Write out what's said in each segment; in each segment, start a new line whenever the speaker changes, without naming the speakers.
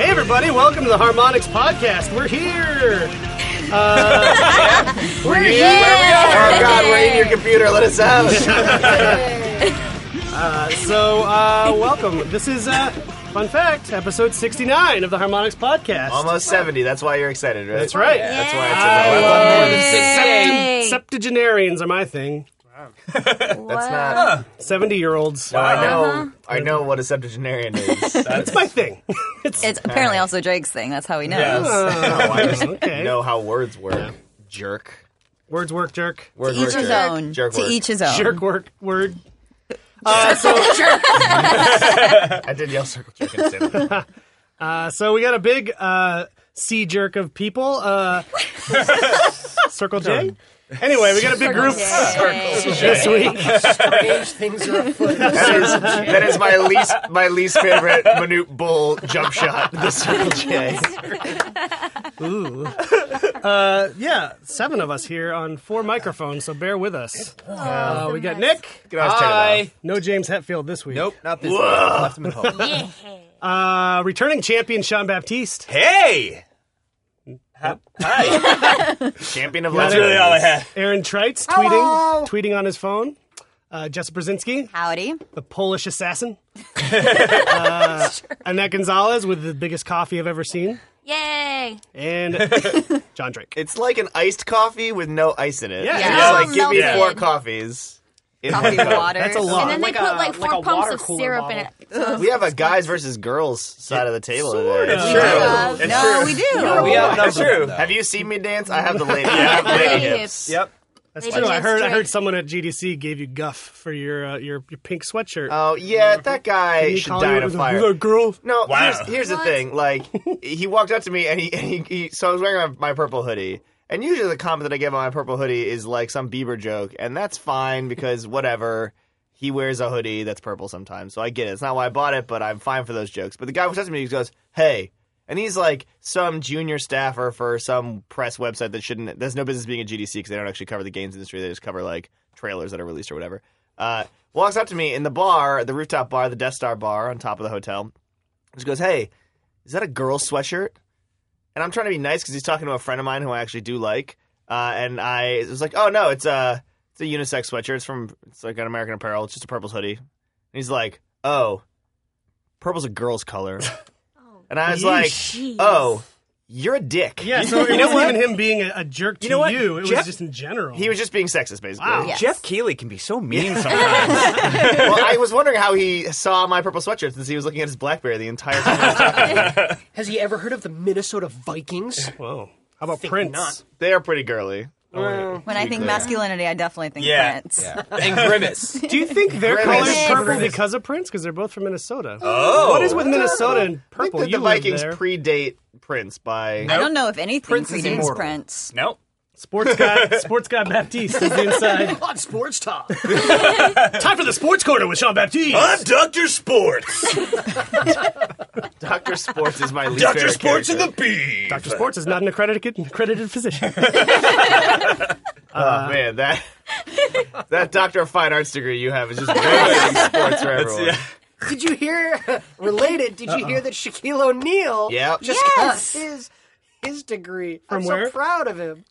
everybody. Welcome to the Harmonics Podcast. We're here. Uh,
We're
Oh, God, we're in your
computer. Let us out.
uh, so, uh, welcome. This is, uh, fun fact, episode 69 of the Harmonics Podcast.
Almost 70. That's why you're excited, right?
That's right.
Yeah, that's why
I
it's
love more than
Yay.
six- septu- Septuagenarians are my thing.
That's not.
70 year olds.
Well, I know. I know what a septuagenarian is.
That's my thing.
It's apparently also Drake's thing. That's how he knows.
No, I just
Okay.
know how words work. Jerk.
Words work, jerk.
Word
To each
work,
his
jerk.
own.
Jerk
to
work.
each his own.
Jerk work, word. Uh, so,
I did yell circle jerk instead.
Uh, so we got a big uh, sea jerk of people. Uh, Circle J. Anyway, we got a big group this week.
that, is, that is my least my least favorite Manute Bull jump shot. The circle J.
Ooh. Uh, yeah, seven of us here on four microphones, so bear with us. Uh, we got Nick.
Can I just turn it off?
No James Hetfield this week.
Nope, not this. Time. Left him at home.
Uh, returning champion Sean Baptiste.
Hey, hi.
Champion of
That's
legends.
really
all I had.
Aaron Trites tweeting, tweeting on his phone. Uh, Jessa Brzezinski,
Howdy.
the Polish assassin. uh, Annette Gonzalez with the biggest coffee I've ever seen.
Yay!
and John Drake.
It's like an iced coffee with no ice in it.
Yeah.
You're
Yeah.
just
Oh,
like, give me
melted.
four coffees. in
Coffee
one cup.
water.
That's a lot.
And then
Like
they put
a-
like four
like a
pumps
water
of
cooler
syrup in
model.
it.
We have a guys versus girls side of the table today.
of.
It's
Sure.
true.
Uh,
It's
no,
true.
we do.
We outnumbered them, though.
Have you seen me dance? I have the lady. I have lady
Lady
hips.
Yep.
That's
They
true. I
just
heard. I
drank-
heard someone at GDC gave you guff for your uh, your, your pink sweatshirt.
Oh yeah, that guy
You
should
call
die
you-
in a
was a-
fire.
was a girl.
No,
Wow.
here's, here's the
What?
thing. Like, he walked up to me, and he, and he, he so I was wearing my, my purple hoodie. And usually, the comment that I give on my purple hoodie is like some Bieber joke, and that's fine because whatever. He wears a hoodie that's purple sometimes, so I get it. It's not why I bought it, but I'm fine for those jokes. But the guy was up to me, he goes, "Hey." And he's like some junior staffer for some press website that shouldn't. There's no business being a GDC because they don't actually cover the games industry. They just cover like trailers that are released or whatever. Uh, walks up to me in the bar, the rooftop bar, the Death Star bar on top of the hotel, she goes, "Hey, is that a girl sweatshirt?" And I'm trying to be nice because he's talking to a friend of mine who I actually do like. Uh, and I was like, "Oh no, it's a it's a unisex sweatshirt. It's from it's like an American Apparel. It's just a purple hoodie." And he's like, "Oh, purple's a girl's color." and I was like, "Oh, you're a dick."
yeah, so it
you know
wasn't
what?
even him being a, a jerk to you.
know what?
It
Jeff-
was just in general.
He was just being sexist, basically.
Wow.
Yes.
Jeff Keeley can be so mean sometimes.
well, I was wondering how he saw my purple sweatshirt since he was looking at his BlackBerry the entire time. I was talking.
Has he ever heard of the Minnesota Vikings?
Whoa. How about
Think
Prince?
not.
they are pretty girly.
When I think masculinity, I definitely think
yeah.
Prince.
yeah. And grimace.
Do you think their
Prince.
colors
Prince.
purple because of Prince? Because they're both from Minnesota.
Oh.
What is with Minnesota and
I think
purple?
that
you
the Vikings
live there.
predate Prince by
I don't know if anything
Prince is
predates
immortal.
Prince.
Nope.
sports guy, sports guy Baptiste is inside.
On sports talk.
Time for the sports corner with Sean Baptiste.
I'm Doctor Sports.
Doctor Sports is my least
Doctor
favorite
Sports and
character.
the Bee.
Doctor Sports is not an accredited accredited physician.
Oh man, that that Doctor of Fine Arts degree you have is just ruining sports for everyone.
yeah.
did you hear? Related? Did you hear that Shaquille O'Neal?
Yep.
Just
Yes.
got his his degree.
From
I'm
where?
so proud of him.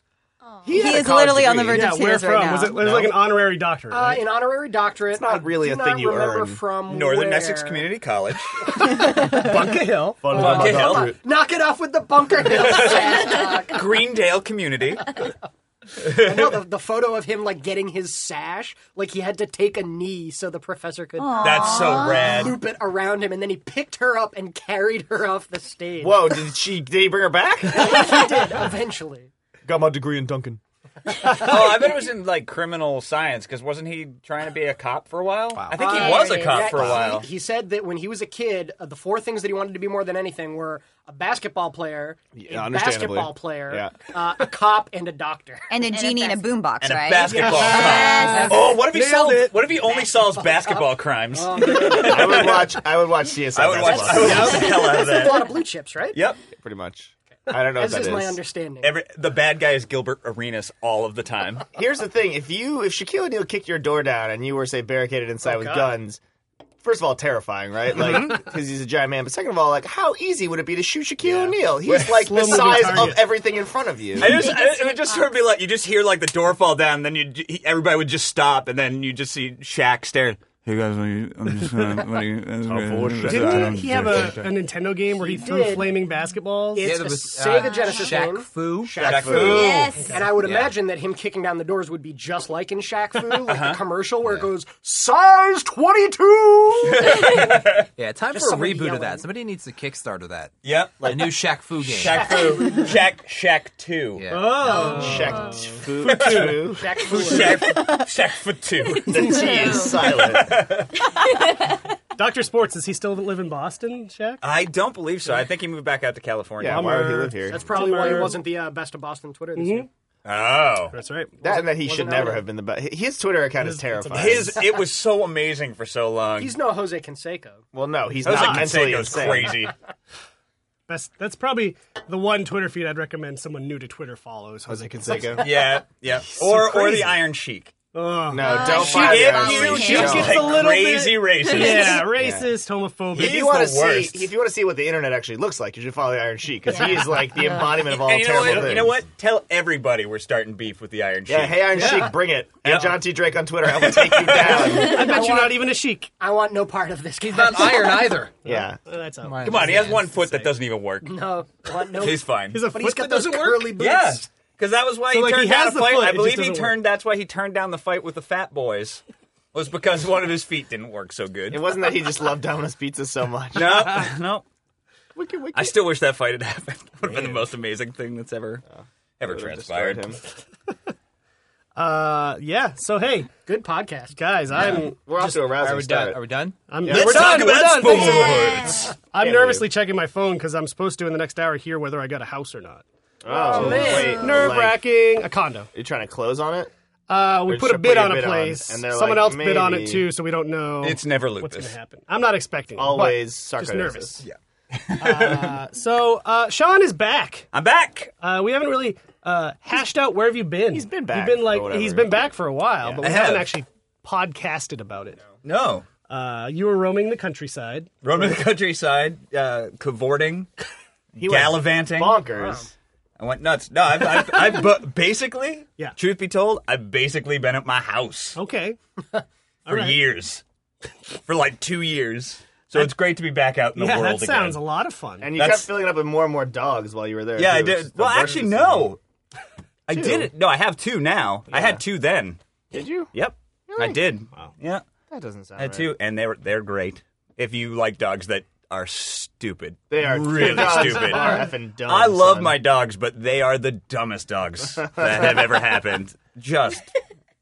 He
had a
is
college
literally on the
degree.
verge
yeah,
of
where
tears
from?
right now.
Was it, was it like an honorary doctorate?
Uh,
right?
an honorary doctorate. It's
not really
I
a
do
thing
not
you
remember
earn.
From
Northern
where.
Essex Community College.
Bunker Hill.
Fun
Bunker
fact.
Hill.
Knock it off with the bunker hill. sash talk.
Greendale Community.
I know the, the photo of him like getting his sash, like he had to take a knee so the professor could
That's so rad.
loop it around him, and then he picked her up and carried her off the stage.
Whoa, did she? Did he bring her back?
he did eventually.
Got my degree in Duncan.
Oh, I bet it was in like criminal science because wasn't he trying to be a cop for a while? I think he was a cop
Yeah,
for a
he-
while.
He, said that when he was a kid, uh, the four things that he wanted to be more than anything were a basketball player, a
understandably.
basketball player,
Yeah.
uh, a cop, and a doctor.
and a genie in a boombox,
and
right?
a basketball.
Yes.
Oh, what if he
Nailed
solved?
it.
What if he only solves basketball crimes?
I would watch. I would watch CSI.
I would watch. I
basketball.
would watch the hell out of
a
that.
lot of blue chips, right?
Yep.
Pretty much. I don't know
This
what
is
that
my
is.
understanding.
Every the bad guy is Gilbert Arenas all of the time. Oh,
Here's the thing: if you, if Shaquille O'Neal kicked your door down and you were say barricaded inside with guns, First of all, terrifying, right? Like,
Mm-hmm.
because he's a giant man. But second of all, like, how easy would it be to shoot Shaquille O'Neal? He's like the
Slow-moving
size
target.
of everything in front of you.
I just, I, it would just sort of be like you just hear like the door fall down, then you he- everybody would just stop, and then you just see Shaq staring. Hey guys, what are you, I'm just gonna. What are you,
Didn't he, he have a, a Nintendo game where he, threw
did.
flaming basketballs?
It's
Yeah, there
a
was,
Sega
uh,
Genesis
Shaq
game.
Fu.
Shaq Fu.
Yes.
And I would imagine that him kicking down the doors would be just like in Shaq Fu, like
Uh-huh.
the commercial where it goes size twenty two.
Yeah, time
Just
for a
somebody
reboot of
yelling.
that. Somebody needs to Kickstarter that.
Yep.
a new Shaq Fu game.
Shaq Fu. Shaq Shaq Two.
Yeah.
Shaq Fu.
Shaq Fu.
Shaq Shaq Fu Two.
The T is silent.
Doctor Sports, does he still live in Boston, Shaq?
I don't believe so. I think he moved back out to California.
Yeah, why would he live here?
That's probably why he
Bummer.
wasn't the uh, best of Boston Twitter this year.
Oh.
That's right.
that and that he should
wasn't
never
out.
have been the best. His Twitter account is terrifying.
His it was so amazing for so long.
He's no Jose Canseco.
well, no, he's
I was
not
like,
mentally
Canseco's
insane.
crazy.
That's that's probably the one Twitter feed I'd recommend someone new to Twitter follows.
Jose Canseco.
Yeah, yeah. Or or
crazy.
the Iron Cheek.
Ugh.
No, don't
she
find
gets
that.
you,
Don't.
she gets
a little
crazy racist.
Yeah, racist, homophobic.
If
He's
you want to
the
see,
worst.
if you want to see what the internet actually looks like, you should follow the Iron Sheik because he is like the embodiment of all
And you know
terrible
what?
things.
You know what? Tell everybody we're starting beef with the Iron Sheik.
Yeah, hey Iron Sheik, bring it. And John T. Drake on Twitter, I will take you down.
I bet you're not even a chic.
I want no part of this. He's
Not iron either.
yeah.
Uh, that's out.
Come on, he has one foot that doesn't even work.
No, want no.
He's fine.
He's a
but he's
foot
got
that
those
doesn't work.
curly boots.
yeah, because that was why he
like,
turned
he
down
has
a
the
fight.
foot, it
I
just
believe he
doesn't
turned. That's why he turned down the fight with the Fat Boys. Was because one of his feet didn't work so good.
It wasn't that he just loved Domino's Pizza so much.
no, no. I still wish that fight had happened. Would have been the most amazing thing that's ever, ever
Destroyed
transpired.
him.
Uh, yeah. So hey,
Good podcast.
guys, I'm
We're off to a
Are
rousing
we done?
start.
Are we done?
I'm
Let's
we're
talk
done, we're
about
done.
sports.
I'm
Can't
nervously
believe.
checking my phone because I'm supposed to in the next hour hear whether I got a house or not.
Oh, wait,
Nerve
like,
wracking. A condo.
you trying to close on it?
Uh, we
Or
put a
should
bid
put a
on a
bid on,
place.
and they're
Someone
like,
else bid on it
maybe-
too, so we don't know
It's never
what's going to
Lucas.
happen. I'm not expecting. it, but
Always
just
sarcoidosis.
nervous.
Yeah.
Uh, so uh, Sean is back.
I'm back.
Uh, we haven't really uh, hashed out where have you been. He's
been back
You've been
or
like
whatever.
he's been back for a while, but we
I
haven't
have.
actually podcasted about it.
No,
Uh, you were roaming the countryside.
roaming the countryside, uh, cavorting, gallivanting.
Bonkers.
I went nuts. No, I've, I've, I've bu- basically,
Yeah. Oh,
truth be told, I've basically been at my house
Okay.
for
right.
years, for like two years. So it's great to be back out in the
yeah,
world
that sounds
again.
a lot of fun.
And you
That's-
kept filling it up with more and more dogs while you were there.
yeah, I
too. It was
did.
the
Well,
birds
actually,
and-
no, I did it. No, I have two now. I had two then.
Did you?
Yep, I did. Wow. Yeah,
That doesn't sound
I had two, and they're they're great. If you like dogs that are stupid,
They are
really
dogs
stupid.
Are effing dumb,
I love
son.
my dogs, but they are the dumbest dogs that have ever happened. Just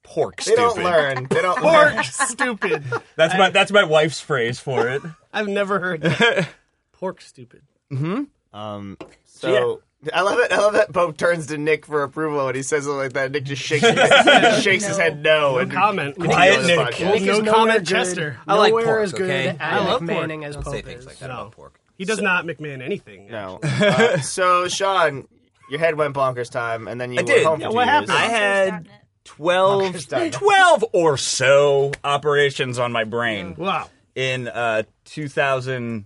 pork
They
stupid.
don't learn. They don't learn.
pork stupid.
That's my that's my wife's phrase for it.
I've never heard that. pork stupid.
So I love it. I love that Pope turns to Nick for approval and he says something like that. Nick just shakes his head, shakes his head no and
Comment.
Quiet
Nick.
Nick.
Nick
no
nowhere
comment,
good.
Chester.
I like
Nowhere
pork,
as good
okay?
at
I love pork.
McManning as
Don't say
Pope
things like
is.
that
Oh,
about pork.
He does not McMahon anything.
No. Uh, so Sean, your head went bonkers time, and then you
I
were
did.
home for
Yeah,
two
what
years.
happened?
I had 12,
Done.
12 or so operations on my brain
Oh, Wow.
in uh, 2000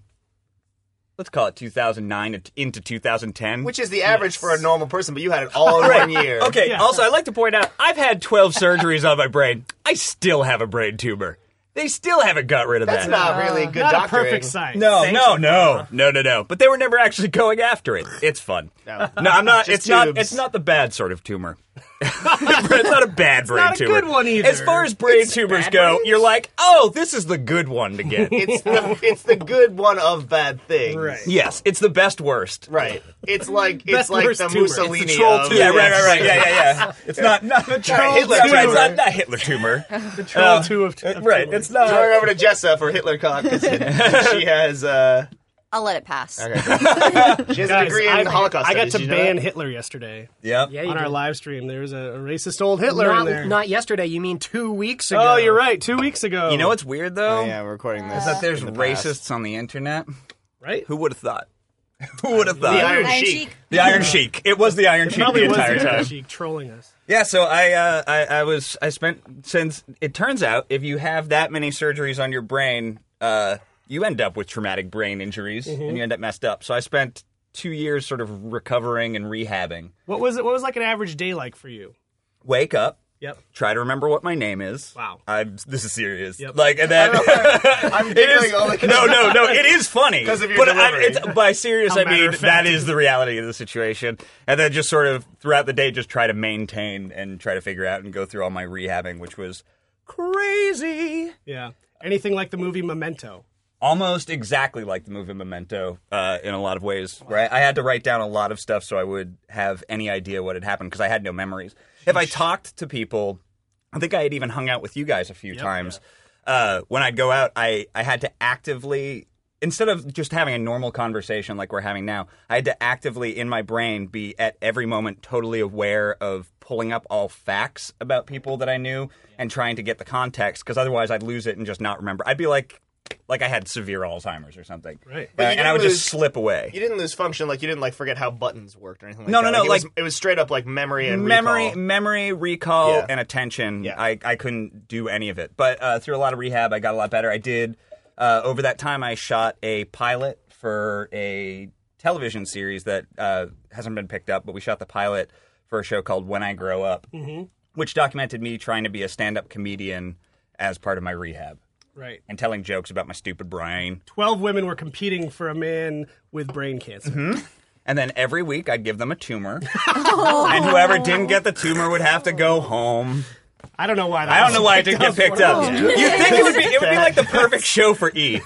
let's call it 2009 and- into 2010
Which is the average for a normal person, but you had it all in one year.
okay also i'd like to point out i've had 12 surgeries on my brain i still have a brain tumor they still haven't got rid of
That's
that
not really good
Not a
doctoring.
perfect science.
no, no, no, no, no, no. But they were never actually going after it. It's fun.
No.
No, I'm not.
Just
It's not.
tubes.
It's not the bad sort of tumor. it's not a bad brain
not a
tumor.
good one either.
As far as brain tumors go, you're like, oh, this is the good one to get.
It's the it's the good one of bad things.
Right.
yes, it's the best worst.
Right. It's like it's
Best
like
worst
the
tumor. It's the
Mussolini.
troll
of-
tumor.
Yeah, right, right, right. Yeah, yeah, yeah. It's not not the troll
Hitler
That's right,
tumor.
It's not, not Hitler tumor. the troll
two of- of
right.
tumor.
It's not.
Going over to Jessa for Hitler cock. 'cause She has uh,
I'll let it pass.
she has a
Guys,
degree in
I,
Holocaust.
I got
studies,
to
did you know
ban
that?
Hitler yesterday
Yep.
Yeah, you
on
did.
our live stream. There was a, a racist old Hitler in there.
Not, not yesterday. You mean two weeks ago?
oh, you're right. Two weeks ago.
You know what's weird though?
Oh, yeah, we're recording this.
Is that there's
in the past.
racists on the internet?
Right?
Who would have thought? Who would have thought?
The Iron
Iron
Sheik.
Cheek.
The Iron Sheik. It was the Iron Sheik the
Probably was
entire
Hitler
time.
cheek trolling us.
Yeah, so I, uh, I I was I spent since it turns out if you have that many surgeries on your brain, uh, you end up with traumatic brain injuries and you end up messed up. So I spent two years sort of recovering and rehabbing.
What was it? What was like an average day like for you?
Wake up,
Yep.
try to remember what my name is.
Wow.
I'm this is serious.
Yep.
Like and then
I'm
it
giggling
is
all the
no no no it is funny
'Cause of your
but I,
delivery.
it's, by serious
How
I mean
matter-of-fact.
that is the reality of the situation and then just sort of throughout the day just try to maintain and try to figure out and go through all my rehabbing which was crazy
Yeah. Anything like the movie Memento?
almost exactly like the movie Memento uh, in a lot of ways. Right, I had to write down a lot of stuff so I would have any idea what had happened because I had no memories. If I talked to people, I think I had even hung out with you guys a few times. Uh, when I'd go out, I I had to actively. Instead of just having a normal conversation like we're having now, I had to actively in my brain be at every moment totally aware of pulling up all facts about people that I knew and trying to get the context because otherwise I'd lose it and just not remember. I'd be like like I had severe Alzheimer's or something.
Right.
Uh,
But you
and I
didn't
would
lose-
just slip away.
You didn't lose function, like you didn't like forget how buttons worked or anything. like
No,
that.
no, no,
It was-
like-
it was straight up like memory and
memory,
recall.
memory, recall,
Yeah.
and attention.
Yeah.
I, I couldn't do any of it. But uh, through a lot of rehab, I got a lot better. I did uh, over that time. I shot a pilot for a television series that uh, hasn't been picked up, but we shot the pilot for a show called When I Grow Up,
Mm-hmm.
which documented me trying to be a stand-up comedian as part of my rehab
Right.
and telling jokes about my stupid brain.
Twelve women were competing for a man with brain cancer.
Mm-hmm. And then every week I'd give them a tumor. and whoever didn't get the tumor would have to go home.
I don't know why. That
I don't
was
know why it
picked
didn't get picked
for
up.
us.
You'd think it would be it would be like the perfect show for E. E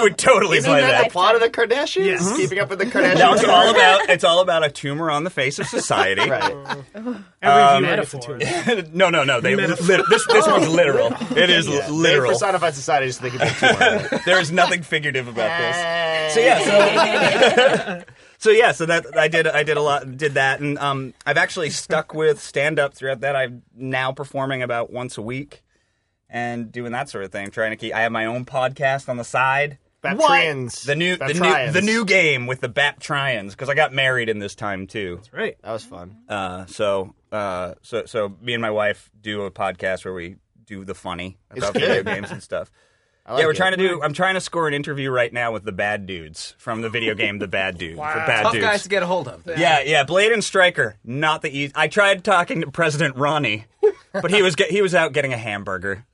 would totally play
that
that.
like-
Plot of the Kardashians,
Yes.
keeping up with the Kardashians.
Now it's all about it's all about a tumor on the face of society.
right.
Every
Um,
view gets a tumor.
no, no, no. They lit- this this one's literal. It is
They
literal.
personified society just thinking about
There is nothing figurative about this. So yeah, so so yeah, so that I did I did a lot did that, and um, I've actually stuck with stand up throughout that. I'm now performing about once a week and doing that sort of thing. Trying to keep. I have my own podcast on the side.
Baptrians.
The new the new
Baptrians.
the new game with the Baptrians because I got married in this time too.
Right.
That was fun.
Uh, so uh, so so me and my wife do a podcast where we do the funny about
good.
video games and stuff
I like
yeah, we're
it.
trying to do. I'm trying to score an interview right now with the bad dudes from the video game The Bad Dude. wow. bad
Tough
dudes.
guys to get a hold of.
yeah, yeah, Blade and Striker, not the easy. I tried talking to President Ronnie, but he was get, he was out getting a hamburger,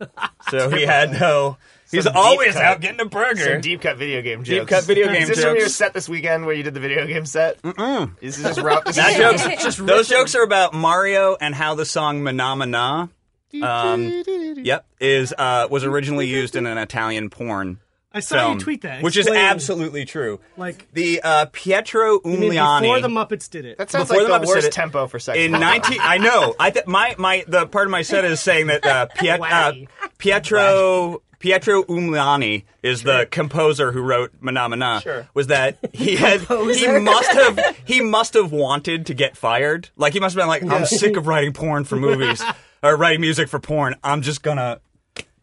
so he had no. He's
Some deep
always
cut.
out getting a burger.
Some deep cut video game jokes.
cut video game
Is this from your
jokes.
set this weekend where you did the video game set? Mm-mm. Is this just route? This
That
is-
jokes, those jokes are about Mario and how the song "Manamana," um, yep, is uh, was originally used in an Italian porn.
I saw
film,
you tweet that,
which is
explain-
absolutely true.
Like-
the uh, Pietro Umiliani
Before the Muppets did it.
That sounds
Before
like the
the Muppets
worst
said it-
tempo for sex.
in 19 I know I th- my my the part of my set is saying that uh, Piet- uh,
Wacky.
Pietro Pietro Umiliani is the composer who wrote Manamana
Sure.
was that he had he must have he must have wanted to get fired like he must have been like I'm sick of writing porn for movies or writing music for porn I'm just gonna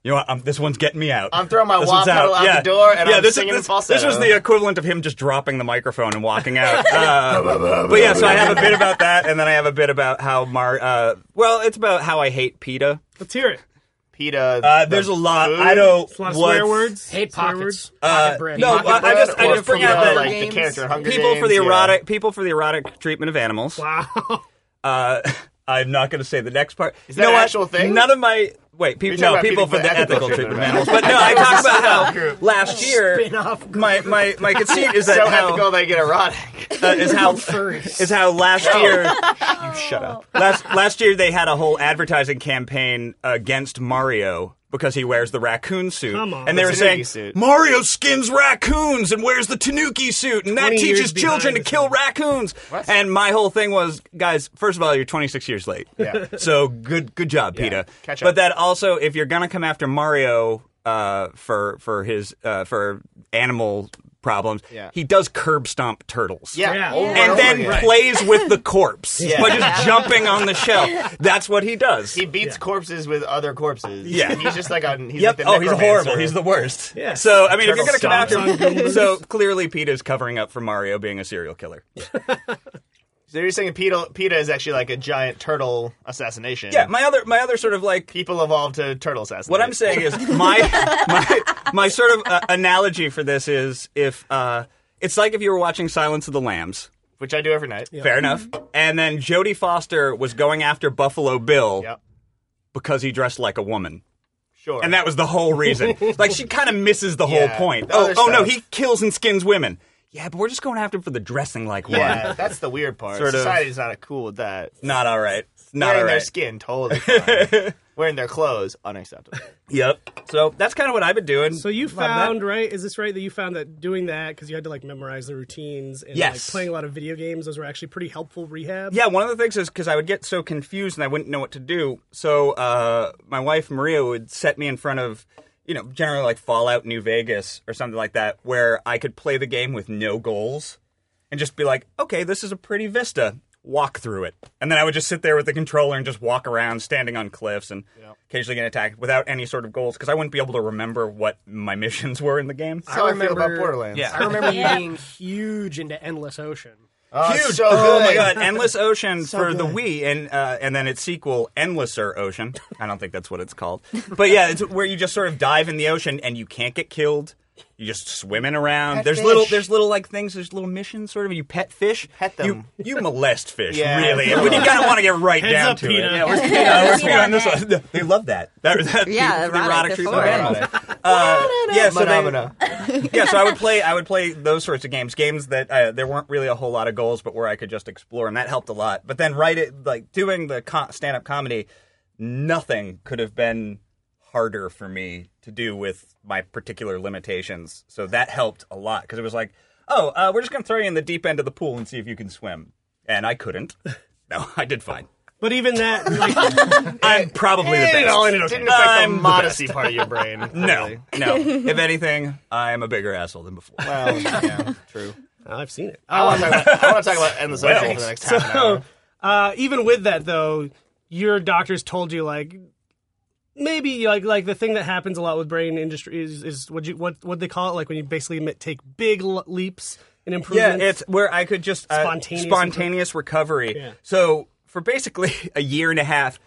you know what? I'm, this one's getting me out.
I'm throwing my
This
wah
one's
pedal out the door and
yeah,
I'm
this, is-
singing
this,
falsetto.
This was the equivalent of him just dropping the microphone and walking out. Uh, but yeah, so I have a bit about that, and then I have a bit about how Mar. Uh, well, it's about how I hate PETA.
Let's hear it.
PETA.
Uh, there's a lot. I don't.
It's a lot of
what's-
swear words.
Hate
swear
pockets.
words.
Uh,
bread.
no,
Pocket
I, I just I
Or
just bring
from,
out
uh,
that
like
Games.
the character in Hunger
people for the
Games, yeah.
erotic people for the erotic treatment of animals.
Wow.
Uh, I'm not going to say the next part. Is
that an actual thing?
None of my wait,
You're
people.
talking
No,
about
people for the ethical treatment of animals. But no,
thought
I
it
talk
was a
about how
spin-off.
last year
Spin-off group.
my my my conceit is that
so ethical
how
they get erotic.
uh, is how is how last year
Shut up.
last last year they had a whole advertising campaign against Mario. Because he wears the raccoon suit,
Come on.
and they
The
were saying
Tanuki suit.
Mario skins raccoons and wears the Tanuki suit, and that
20 years
teaches children
behind this
to kill raccoons. And my whole thing was, guys, first of all, you're 26 years late.
Yeah.
So good, good job, Peta.
catch up.
But that also, if you're gonna come after Mario uh, for for his uh, for animal problems,
Yeah.
he does curb stomp turtles.
Yeah.
Yeah.
over
And
over
then
again.
plays with the corpse by just jumping on the shelf. That's what he does.
He beats corpses with other corpses.
Yeah.
And he's just like a. He's
yep.
Like the
oh, he's
necromancer.
horrible. He's the worst.
Yeah.
So I mean, if you're
Turtle
gonna come
stomps
after him, so clearly Peta's covering up for Mario being a serial killer.
So you're saying PETA, PETA is actually like a giant turtle assassination?
Yeah, my other my other sort of like
people evolved to turtle assassinate.
What I'm saying is my my, my sort of uh, analogy for this is if uh, it's like if you were watching Silence of the Lambs.
which I do every night.
Fair enough. And then Jodie Foster was going after Buffalo Bill
Yep.
because he dressed like a woman.
Sure.
And that was the whole reason. like she kind of misses the
Yeah,
whole point.
the
Oh,
other
oh no,
stuff.
he kills and skins women. Yeah, but we're just going after him for the dressing like
yeah,
one.
that's the weird part.
Sort of-
Society's not cool with that.
Not all right. Not
Wearing
all
their
right.
skin, totally. Fine. Wearing their clothes, unacceptable.
Yep. So that's kind of what I've been doing.
So you
Love that.
found right? Is this right that you found that doing that because you had to like memorize the routines and
Yes.
like playing a lot of video games? Those were actually pretty helpful rehab.
Yeah, one of the things is because I would get so confused and I wouldn't know what to do. So uh, my wife Maria would set me in front of, you know, generally like Fallout New Vegas or something like that, where I could play the game with no goals and just be like, okay, this is a pretty vista. Walk through it, and then I would just sit there with the controller and just walk around, standing on cliffs and occasionally get attacked without any sort of goals because I wouldn't be able to remember what my missions were in the game.
That's how I,
remember-
feel about Borderlands.
Yeah.
I remember
Yeah.
you being huge into Endless Ocean.
Oh, it's
Huge.
So good.
oh my god, Endless Ocean for the Wii, and uh, and then its sequel, Endlesser Ocean. I don't think that's what it's called, but yeah, it's where you just sort of dive in the ocean and you can't get killed. You're just swimming around.
Pet
there's
fish.
little, there's little like things. There's little missions, sort of. You pet fish.
Pet them.
You, you molest fish,
Yeah.
really. And when you kind of want to get right
Heads
down
up,
to
Peter.
it. Yeah, where's Peter? Where's Peter on this one? They love that. that, that
Yeah,
the
erotic,
erotic
they're
treatment
full
of
of
animals. Uh, yeah, so they,
Phenomena.
yeah, so I would play. I would play those sorts of games, games that uh, there weren't really a whole lot of goals, but where I could just explore, and that helped a lot. But then, right, at, like doing the co- stand-up comedy, nothing could have been harder for me to do with my particular limitations. So that helped a lot because it was like, oh, uh, we're just going to throw you in the deep end of the pool and see if you can swim, and I couldn't. No, I did fine.
But even that, like,
I'm probably the
It
best.
all ended up- didn't affect
I'm
the
the
modesty part of your brain.
No, no. If anything, I'm a bigger asshole than before.
Well, yeah, true.
I've seen it.
I want to talk about, I want to talk about endless
Oh Well,
ocean for the next half an hour.
uh, even with that though, your doctors told you like maybe like like the thing that happens a lot with brain industry is is what you what what they call it like when you basically ma- take big l- leaps in
Yeah,
improvement.
it's where I could just uh,
Spontaneous
spontaneous recovery.
Yeah.
So for basically a year and a half,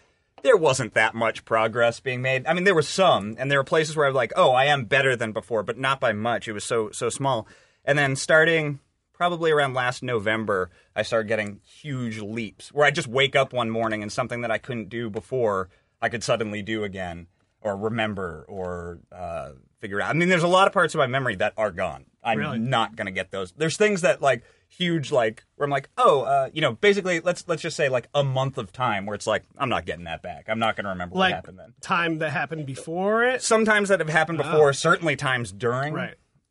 there wasn't that much progress being made. I mean, there was some, and there were places where I was like, "Oh, I am better than before," but not by much. It was so so small. And then starting probably around last November, I started getting huge leaps where I just wake up one morning and something that I couldn't do before, I could suddenly do again or remember or uh, figure out. I mean, there's a lot of parts of my memory that are gone. I'm not going to get those. There's things that like huge like where I'm like, oh, uh, you know, basically let's let's just say like a month of time where it's like I'm not getting that back. I'm not going to remember
like
what happened then.
time that happened before it.
Sometimes that have happened before, certainly times during.
uh,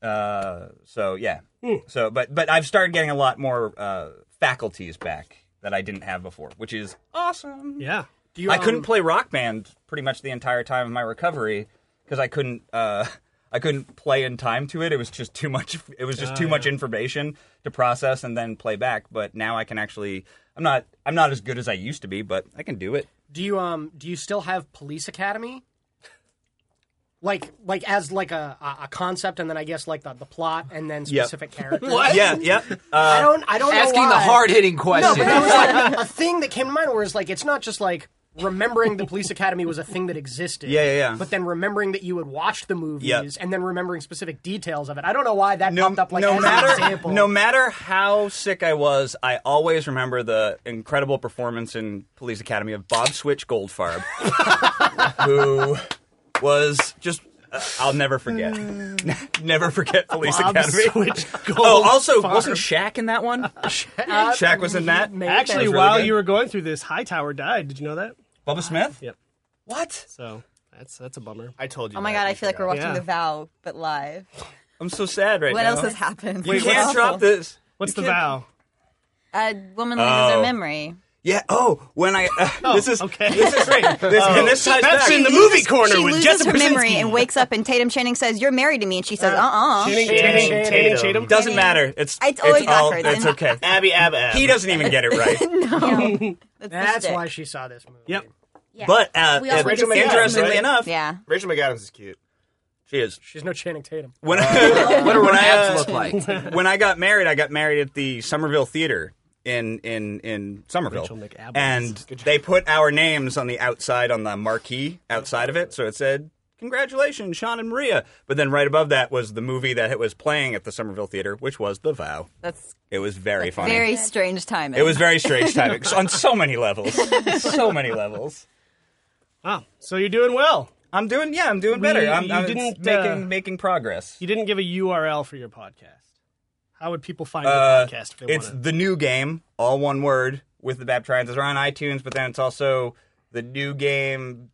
Right.
Uh, so yeah. So but but I've started getting a lot more uh, faculties back that I didn't have before, which is awesome.
Yeah.
Do you,
I
um,
couldn't play Rock Band pretty much the entire time of my recovery because I couldn't. Uh, I couldn't play in time to it. It was just too much. It was just
Ah,
too much information to process and then play back. But now I can actually. I'm not. I'm not as good as I used to be, but I can do it.
Do you um do you still have Police Academy? Like like as like a a a concept, and then I guess like the, the plot, and then specific characters.
Yeah. Yeah. Uh,
I don't I don't know
Asking
why.
the hard hitting
No,
question.
but it was like a thing that came to mind where it's like it's not just like remembering the police academy was a thing that existed.
Yeah, yeah, yeah.
But then remembering that you had watched the movies
Yep.
and then remembering specific details of it. I don't know why that
no,
popped up like
no
as
matter
an example.
no matter how sick I was, I always remember the incredible performance in Police Academy of Bob Switch Goldfarb, who was just. uh, I'll never forget. never forget Police Academy.
Switch
Oh,
gold.
also, wasn't Shaq in that one? Shaq was in that.
Maybe.
actually
That was really
while
good.
you were going through this, Hightower died. Did you know that?
Bubba Smith?
Yep.
What?
So that's that's a bummer.
I told you.
Oh my
that.
god, I
You
feel like we're
forgot.
watching
Yeah.
The Vow, but live.
I'm so sad right
What
now.
else has happened?
You can't drop this.
What's
You
the
can't-
vow?
A woman loses
Oh.
her memory.
Yeah. Oh, when I uh, this is
okay.
this is great. This, and this ties
That's
back.
in the movie corner
she
with
loses
Jessica
her memory
Brzezinski.
and wakes up, and Tatum Channing says, "You're married to me," and she says, "Uh uh
Channing-
Channing
Channing-
Tatum.
Channing Tatum.
Doesn't matter. It's
It's always
all,
backwards.
It's okay.
Abby Ab Ab.
He doesn't even get it right.
That's why she saw this movie.
Yep.
Yeah.
But uh,
We also
uh,
went to
Rachel
see
McAdams,
interestingly
right?
enough,
Yeah.
Rachel McAdams is cute.
she is.
She's no Channing Tatum.
When, when,
what do her
I,
abs
uh,
look like?
when I got married, I got married at the Somerville Theater in in in Somerville,
Rachel McAdams.
and they put our names on the outside on the marquee outside of it, so it said. Congratulations, Sean and Maria. But then right above that was the movie that it was playing at the Somerville Theater, which was The Vow.
That's
It was very funny.
very strange timing.
It was very strange timing on so many levels. so many levels.
Wow. Ah, So you're doing well.
I'm doing, yeah, I'm doing better.
We-
I'm,
you
I'm
didn't,
making
uh,
making progress.
You didn't give a URL for your podcast. How would people find
Uh,
your podcast if they
it's
want
the new game, all one word, with the Baptrians. It's on iTunes, but then it's also the new game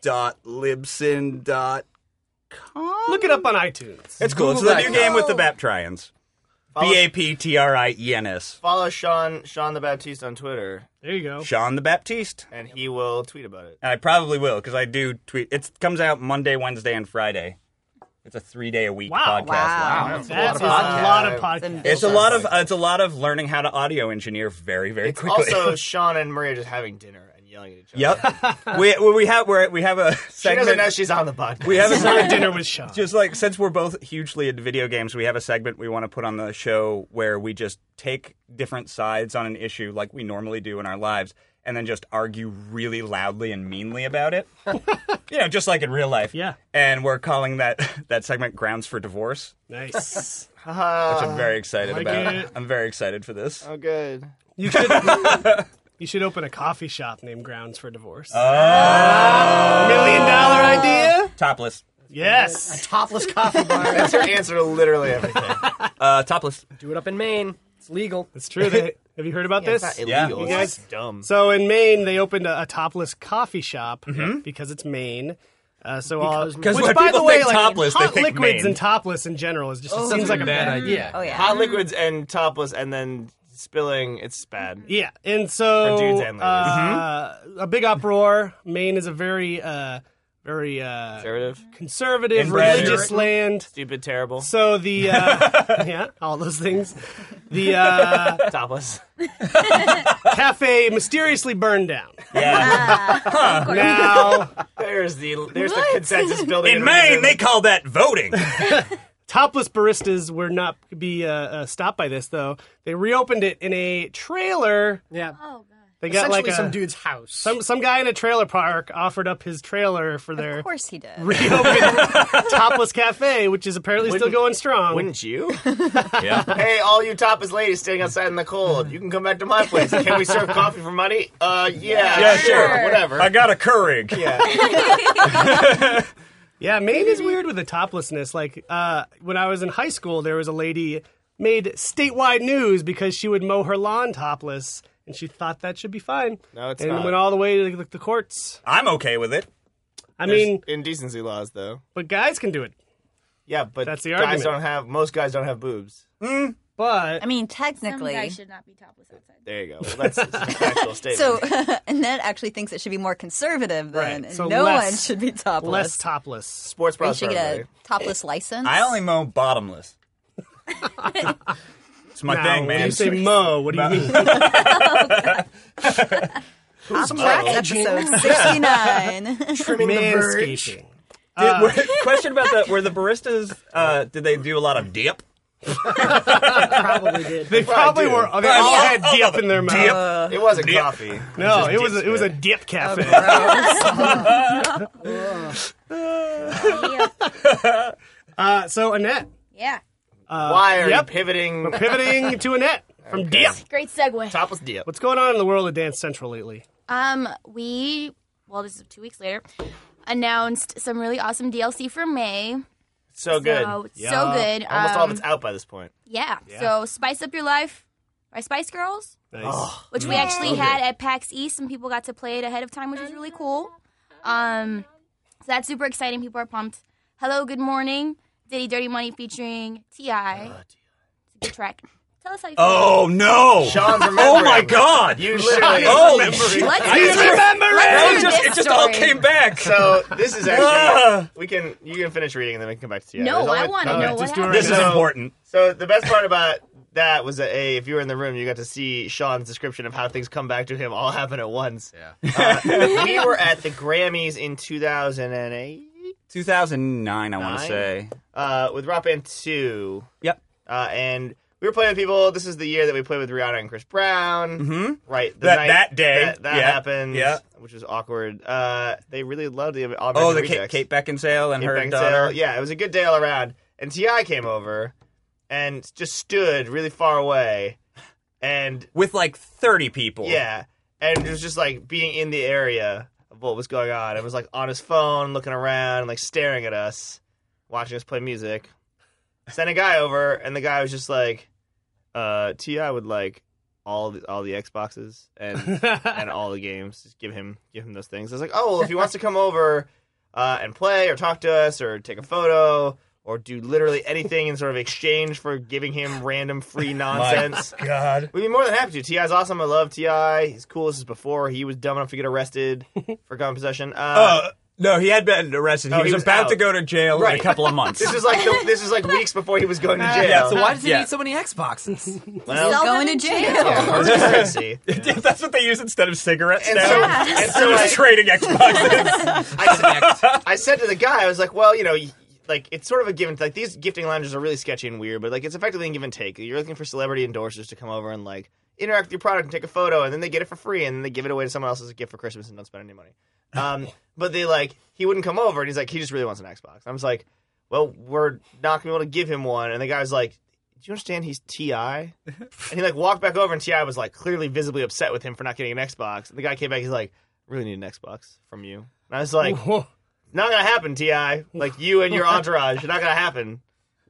dot libsyn dot com.
to? Look it up on iTunes.
It's cool.
Google
it's the new
that.
game with the Baptrians. B A
Follow,
P T R I E N S.
follow Sean Sean the Baptiste on Twitter,
There you go.
Sean the Baptiste.
and he will tweet about it.
And I probably will because I do tweet. It comes out Monday, Wednesday, and Friday. It's a three day a week
Wow.
podcast.
Wow.
Wow, that's a
That's
lot
a
of podcasts.
lot of
podcasts.
podcasts.
It's a lot of it's a lot of learning how to audio engineer very very
It's
quickly.
also Sean and Maria just having dinner and yelling at each other.
yep. we we- we have we're, we have a
She doesn't know
segment.
she's on the podcast.
We have a
Sorry,
segment.
dinner with Sean.
Just like since we're both hugely into video games, we have a segment we want to put on the show where we just take different sides on an issue like we normally do in our lives, and then just argue really loudly and meanly about it. you know, just like in real life.
Yeah.
And we're calling that that segment "Grounds for Divorce,"
nice.
Ah,
which I'm very excited
like
about.
it.
I'm very excited for this.
oh, good.
You should you should open a coffee shop named Grounds for Divorce. Million dollar idea.
Topless.
Yes.
Topless coffee bar.
That's her answer to literally everything.
Uh, topless.
Do it up in Maine. It's legal.
It's true. They, have you heard about
It's
this?
not
Yeah.
illegal.
You
It's
guys-
just dumb.
So in Maine, they opened a, a topless coffee shop because it's Maine. Uh, so all,
Because
which
when
by
people
the way,
think
like
topless, they
hot
think
liquids
Maine.
and topless in general is just it seems like a bad idea.
idea.
Oh yeah.
Hot liquids and topless, and then spilling. It's bad.
Yeah, and so
For dudes and ladies.
uh, a big uproar. Maine is a very, uh, very uh,
Conservative,
conservative,
Inbred.
religious land.
stupid, terrible,
So the uh, yeah, all those things. The uh,
topless.
cafe mysteriously burned down.
Yeah.
Now
There's the there's the consensus building
In Maine, they call that voting.
topless baristas were not be uh, uh, stopped by this though. They reopened it in a trailer.
Yeah.
They got
Essentially
like a,
some dude's house.
some some guy in a trailer park offered up his trailer for their
Of course he did.
reopened topless cafe, which is apparently still going strong.
Wouldn't you?
yeah.
hey, all you topless ladies standing outside in the cold, you can come back to my place. Can we serve coffee for money? Uh, yeah,
Yeah, sure.
whatever.
I got a Keurig.
yeah.
Yeah, Maine is weird with the toplessness. Like uh, when I was in high school, there was a lady made statewide news because she would mow her lawn topless, and she thought that should be fine.
No, it's
and
not.
went all the way to the, the courts.
I'm okay with it.
I
There's
mean,
indecency laws, though.
but guys can do it.
Yeah, but
That's the
guys
argument.
don't have most guys don't have boobs.
But
I mean,
Some guy
technically.
should not be topless outside.
There you go. Well, that's it's a factual statement.
So, and that actually thinks it should be more conservative then.
Right.
and
So
no
less-
one should be topless.
less topless.
sports
Or you
bras for
should get a
everybody.
topless license.
I only mow bottomless. it's my
Now,
thing,
when
man.
you say mow, what do you mean?
Oh,
That's episode 69.
trimming
Manscaping.
Did- were- Uh, question about that: Were the baristas? Uh, did they do a lot of dip?
Probably did.
They probably
dude.
were. They all had dip in their mouth.
It wasn't coffee.
No, it
Just
was a,
dip
it was a
spit.
dip cafe.
yeah.
Uh, so Annette
yeah.
Why are
yep.
you pivoting?
pivoting to Annette from dip.
Great segue.
Topless dip.
What's going on in the world of Dance Central lately?
Um, we well, this is two weeks later. Announced some really awesome DLC for May.
So good.
So,
Yeah.
so good.
Almost
um,
all of it's out by this point.
yeah.
Yeah.
So Spice Up Your Life by Spice Girls,
Nice.
which we actually had at PAX East. Some people got to play it ahead of time, which was really cool. Um, so that's super exciting. People are pumped. Hello, Good Morning, Diddy Dirty Money featuring Ti. It's a good track. Tell us how you feel.
Oh no!
Sean's
oh
remembering.
my God!
You literally.
Oh, shit.
Let's
I
hear-
just remember
let's
it.
hear
just, it
this
just all
story.
came back.
So this is actually
Ah.
we can you can finish reading and then we can come back to you.
No,
There's only-
I wanna
Okay.
know what
just do it
happened.
this is
So-
important.
So the best part about that was that a if you were in the room you got to see Sean's description of how things come back to him all happen at once.
Yeah.
Uh, we were at the Grammys in 2008
2009, I want
Nine?
to say.
uh, with Rock Band 2.
Yep.
Uh, and we were playing with people. This is the year that we played with Rihanna and Chris Brown. Mm-hmm. Right. The
That-
night
that day.
That, that
Yeah,
happened.
yeah.
Which was awkward. Uh, they really loved the Auburn
Oh, the Kate,
Rejects.
Kate Beckinsale and
Kate
her
Beckinsale.
daughter.
Yeah, it was a good day all around. And Ti came over and just stood really far away, and
With like 30 people.
yeah, and it was just like being in the area of what was going on. It was like on his phone, looking around, like staring at us, watching us play music. Sent a guy over, and the guy was just like, uh, "Ti would like all the, all the Xboxes and and all the games. Just give him give him those things." I was like, "Oh, well, if he wants to come over uh, and play or talk to us or take a photo." Or do literally anything in sort of exchange for giving him random free nonsense.
God.
We'd be more than happy to. Ti's awesome. I love Ti. He's cool. This is before he was dumb enough to get arrested for gun possession. Uh,
Uh, no, he had been arrested. He,
Oh, he
was,
was
about
out.
to go to jail in
Right.
a couple of months.
this is like the, this is like weeks before he was going to jail.
Yeah,
So why does he
Yeah.
need so many Xboxes?
well,
Still going to jail.
yeah, it's crazy.
That's what they use instead of cigarettes
And
now.
so, and
They're
so
just
I,
trading Xboxes.
I, I said to the guy, I was like, well, you know, y- like it's sort of a give and like these gifting lounges are really sketchy and weird, but like it's effectively a give and take. You're looking for celebrity endorsers to come over and like interact with your product and take a photo, and then they get it for free, and then they give it away to someone else as a gift for Christmas and don't spend any money. Um, but they like he wouldn't come over, and he's like, he just really wants an Xbox. I was like, well, we're not gonna be able to give him one, and the guy was like. Do you understand he's Ti? And he like walked back over, and Ti was like clearly visibly upset with him for not getting an Xbox. And the guy came back, he's like, "Really need an Xbox from you." And I was like, not gonna happen, Ti. Like you and your entourage, not gonna happen.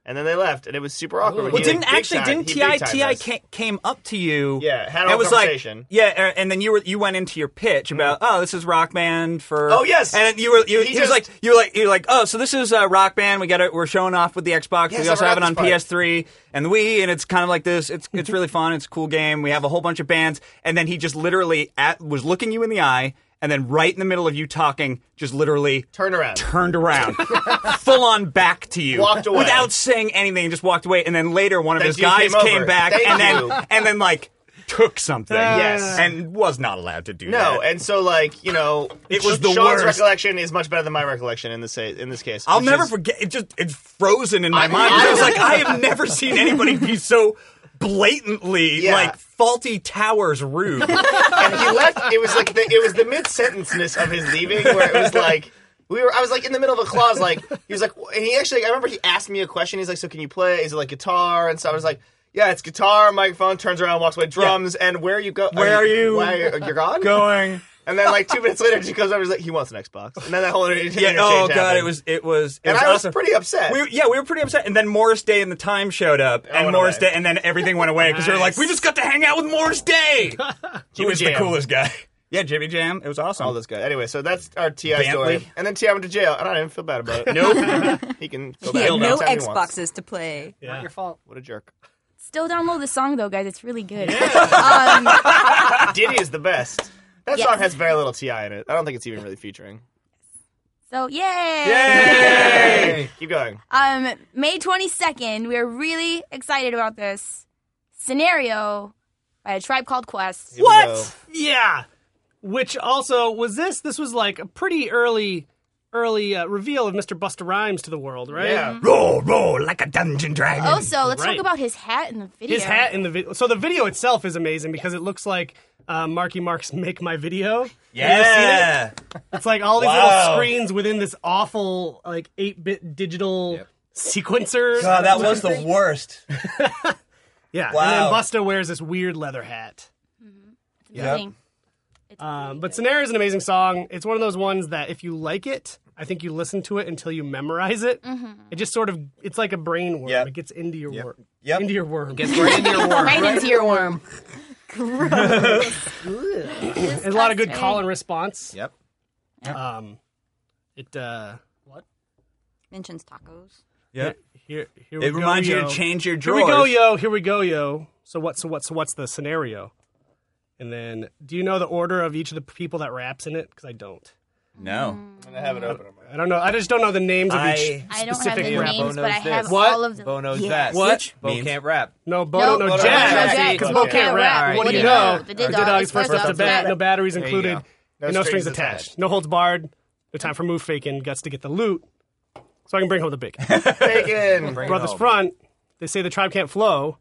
And then they left, and it was super awkward.
well,
He, like,
didn't
big
actually
time-
didn't
he
Ti
big timed
Ti
us.
ca- came up to you?
Yeah, had a
and
whole
was
conversation. Mm-hmm.
Like, yeah, a- and then you were you went into your pitch about oh this is Rock Band for
Oh, yes.
and you were you
He
he, was
just-
like you were like you were like oh so this is uh, Rock Band we got it we're showing off with the Xbox
Yes,
we
I
also have it
forgot
on
this part.
PS3 and the Wii and it's kind of like this it's it's really fun it's a cool game we have a whole bunch of bands and then he just literally at, was looking you in the eye and then right in the middle of you talking just literally
Turn around.
turned around, full on back to you,
Walked away.
without saying anything, just walked away. And then later, one of
That
his
dude
guys
came over.
came, back
Thank
and
you.
then and then like took something,
Yes.
and was not allowed to do that.
No, and so like you know,
It was the
Sean's
worst.
recollection is much better than my recollection in this sa- in this case.
I'll
which
never
is-
forget. It just it's frozen in my
I-
mind.
I-
I was like, I have never seen anybody be so blatantly
Yeah.
like faulty towers rude.
And he left. It was like the, it was the mid sentenceness of his leaving, where it was like. We were. I was like in the middle of a clause. Like he was like, and he actually. I remember he asked me a question. He's like, "So can you play? Is it like guitar?" And so I was like, "Yeah, it's guitar, microphone." Turns around, walks away, drums, and where you go?
Where are you
Why uh, you're gone?
going.
And then like two minutes later, she comes over. and She's like, "He wants an Xbox." And then that whole inter-
Yeah.
interchange
Oh god,
happened.
it was it was. It
And
was
I was
awesome.
pretty upset.
We, were- yeah, we were pretty upset, and then Morris Day and the Time showed up, and
went
Morris
away.
Day, and then everything went away because we were like, we just got to hang out with Morris Day. he was
Jam.
the coolest guy. Yeah, Jimmy Jam. It was awesome.
all this good. Anyway, so that's our Ti story.
Bentley.
And then Ti went to jail, and I didn't feel bad about it.
Nope.
he can
He
go back
had no
anytime he wants.
Xboxes to play.
Not your fault.
What a jerk!
Still download the song though, guys. It's really good. um,
Diddy is the best. That
Yes.
song has very little Ti in it. I don't think it's even really featuring.
so yay!
Yay!
Keep going.
Um, May 22nd, we are really excited about this scenario by a tribe called Quest.
Here we go.
Yeah. Which also was this. This was like a pretty early, early uh, reveal of Mr. Buster Rhymes to the world, right?
Yeah.
roar, roar like a dungeon dragon.
Also, let's
Right.
talk about his hat in the video.
His hat in the video. So the video itself is amazing because it looks like uh, Marky Mark's "Make My Video."
yeah.
It's like all these
Wow.
little screens within this awful like eight-bit digital sequencer.
God, that was the worst.
yeah. And
Wow.
then Busta wears this weird leather hat.
It's amazing. It's
Um, but Scenario is an amazing song. It's one of those ones that if you like it, I think you listen to it until you memorize it.
Mm-hmm.
It just sort of it's like a brain worm.
Yep.
It gets into your worm.
Yep.
Into your worm.
Gets right into your worm.
right into your worm.
There's a lot of good call and response.
Yep.
Um, it uh,
Mentions tacos.
Yeah.
here here we
It
go,
reminds you
yo.
to change your
Here
drawers.
we go, yo. Here we go, yo. So what? So what? So what's the scenario? And then, do you know the order of each of the people that raps in it? Because I don't.
No.
I have it open.
I don't know. I just don't know the names of each.
I.
I don't have
Specific
the
rap.
names,
Bo
but I
knows
have
this.
What?
all of them.
Bo knows
Yes.
that.
What?
Bo
Means-
can't rap.
No, Bo don't know
Bo
jazz.
don't know
Jazz.
because
Okay.
Bo can't rap.
Alright,
What do
yeah.
you know?
The did
Dog
dog
is first off the bat. No batteries
you
included.
go.
No
and no strings
strings
attached.
attached.
No holds barred. No time for move faking. Guts to get the loot. So I can bring home the bacon.
Bacon.
Bring it
Brothers
home.
front. They say the tribe can't flow.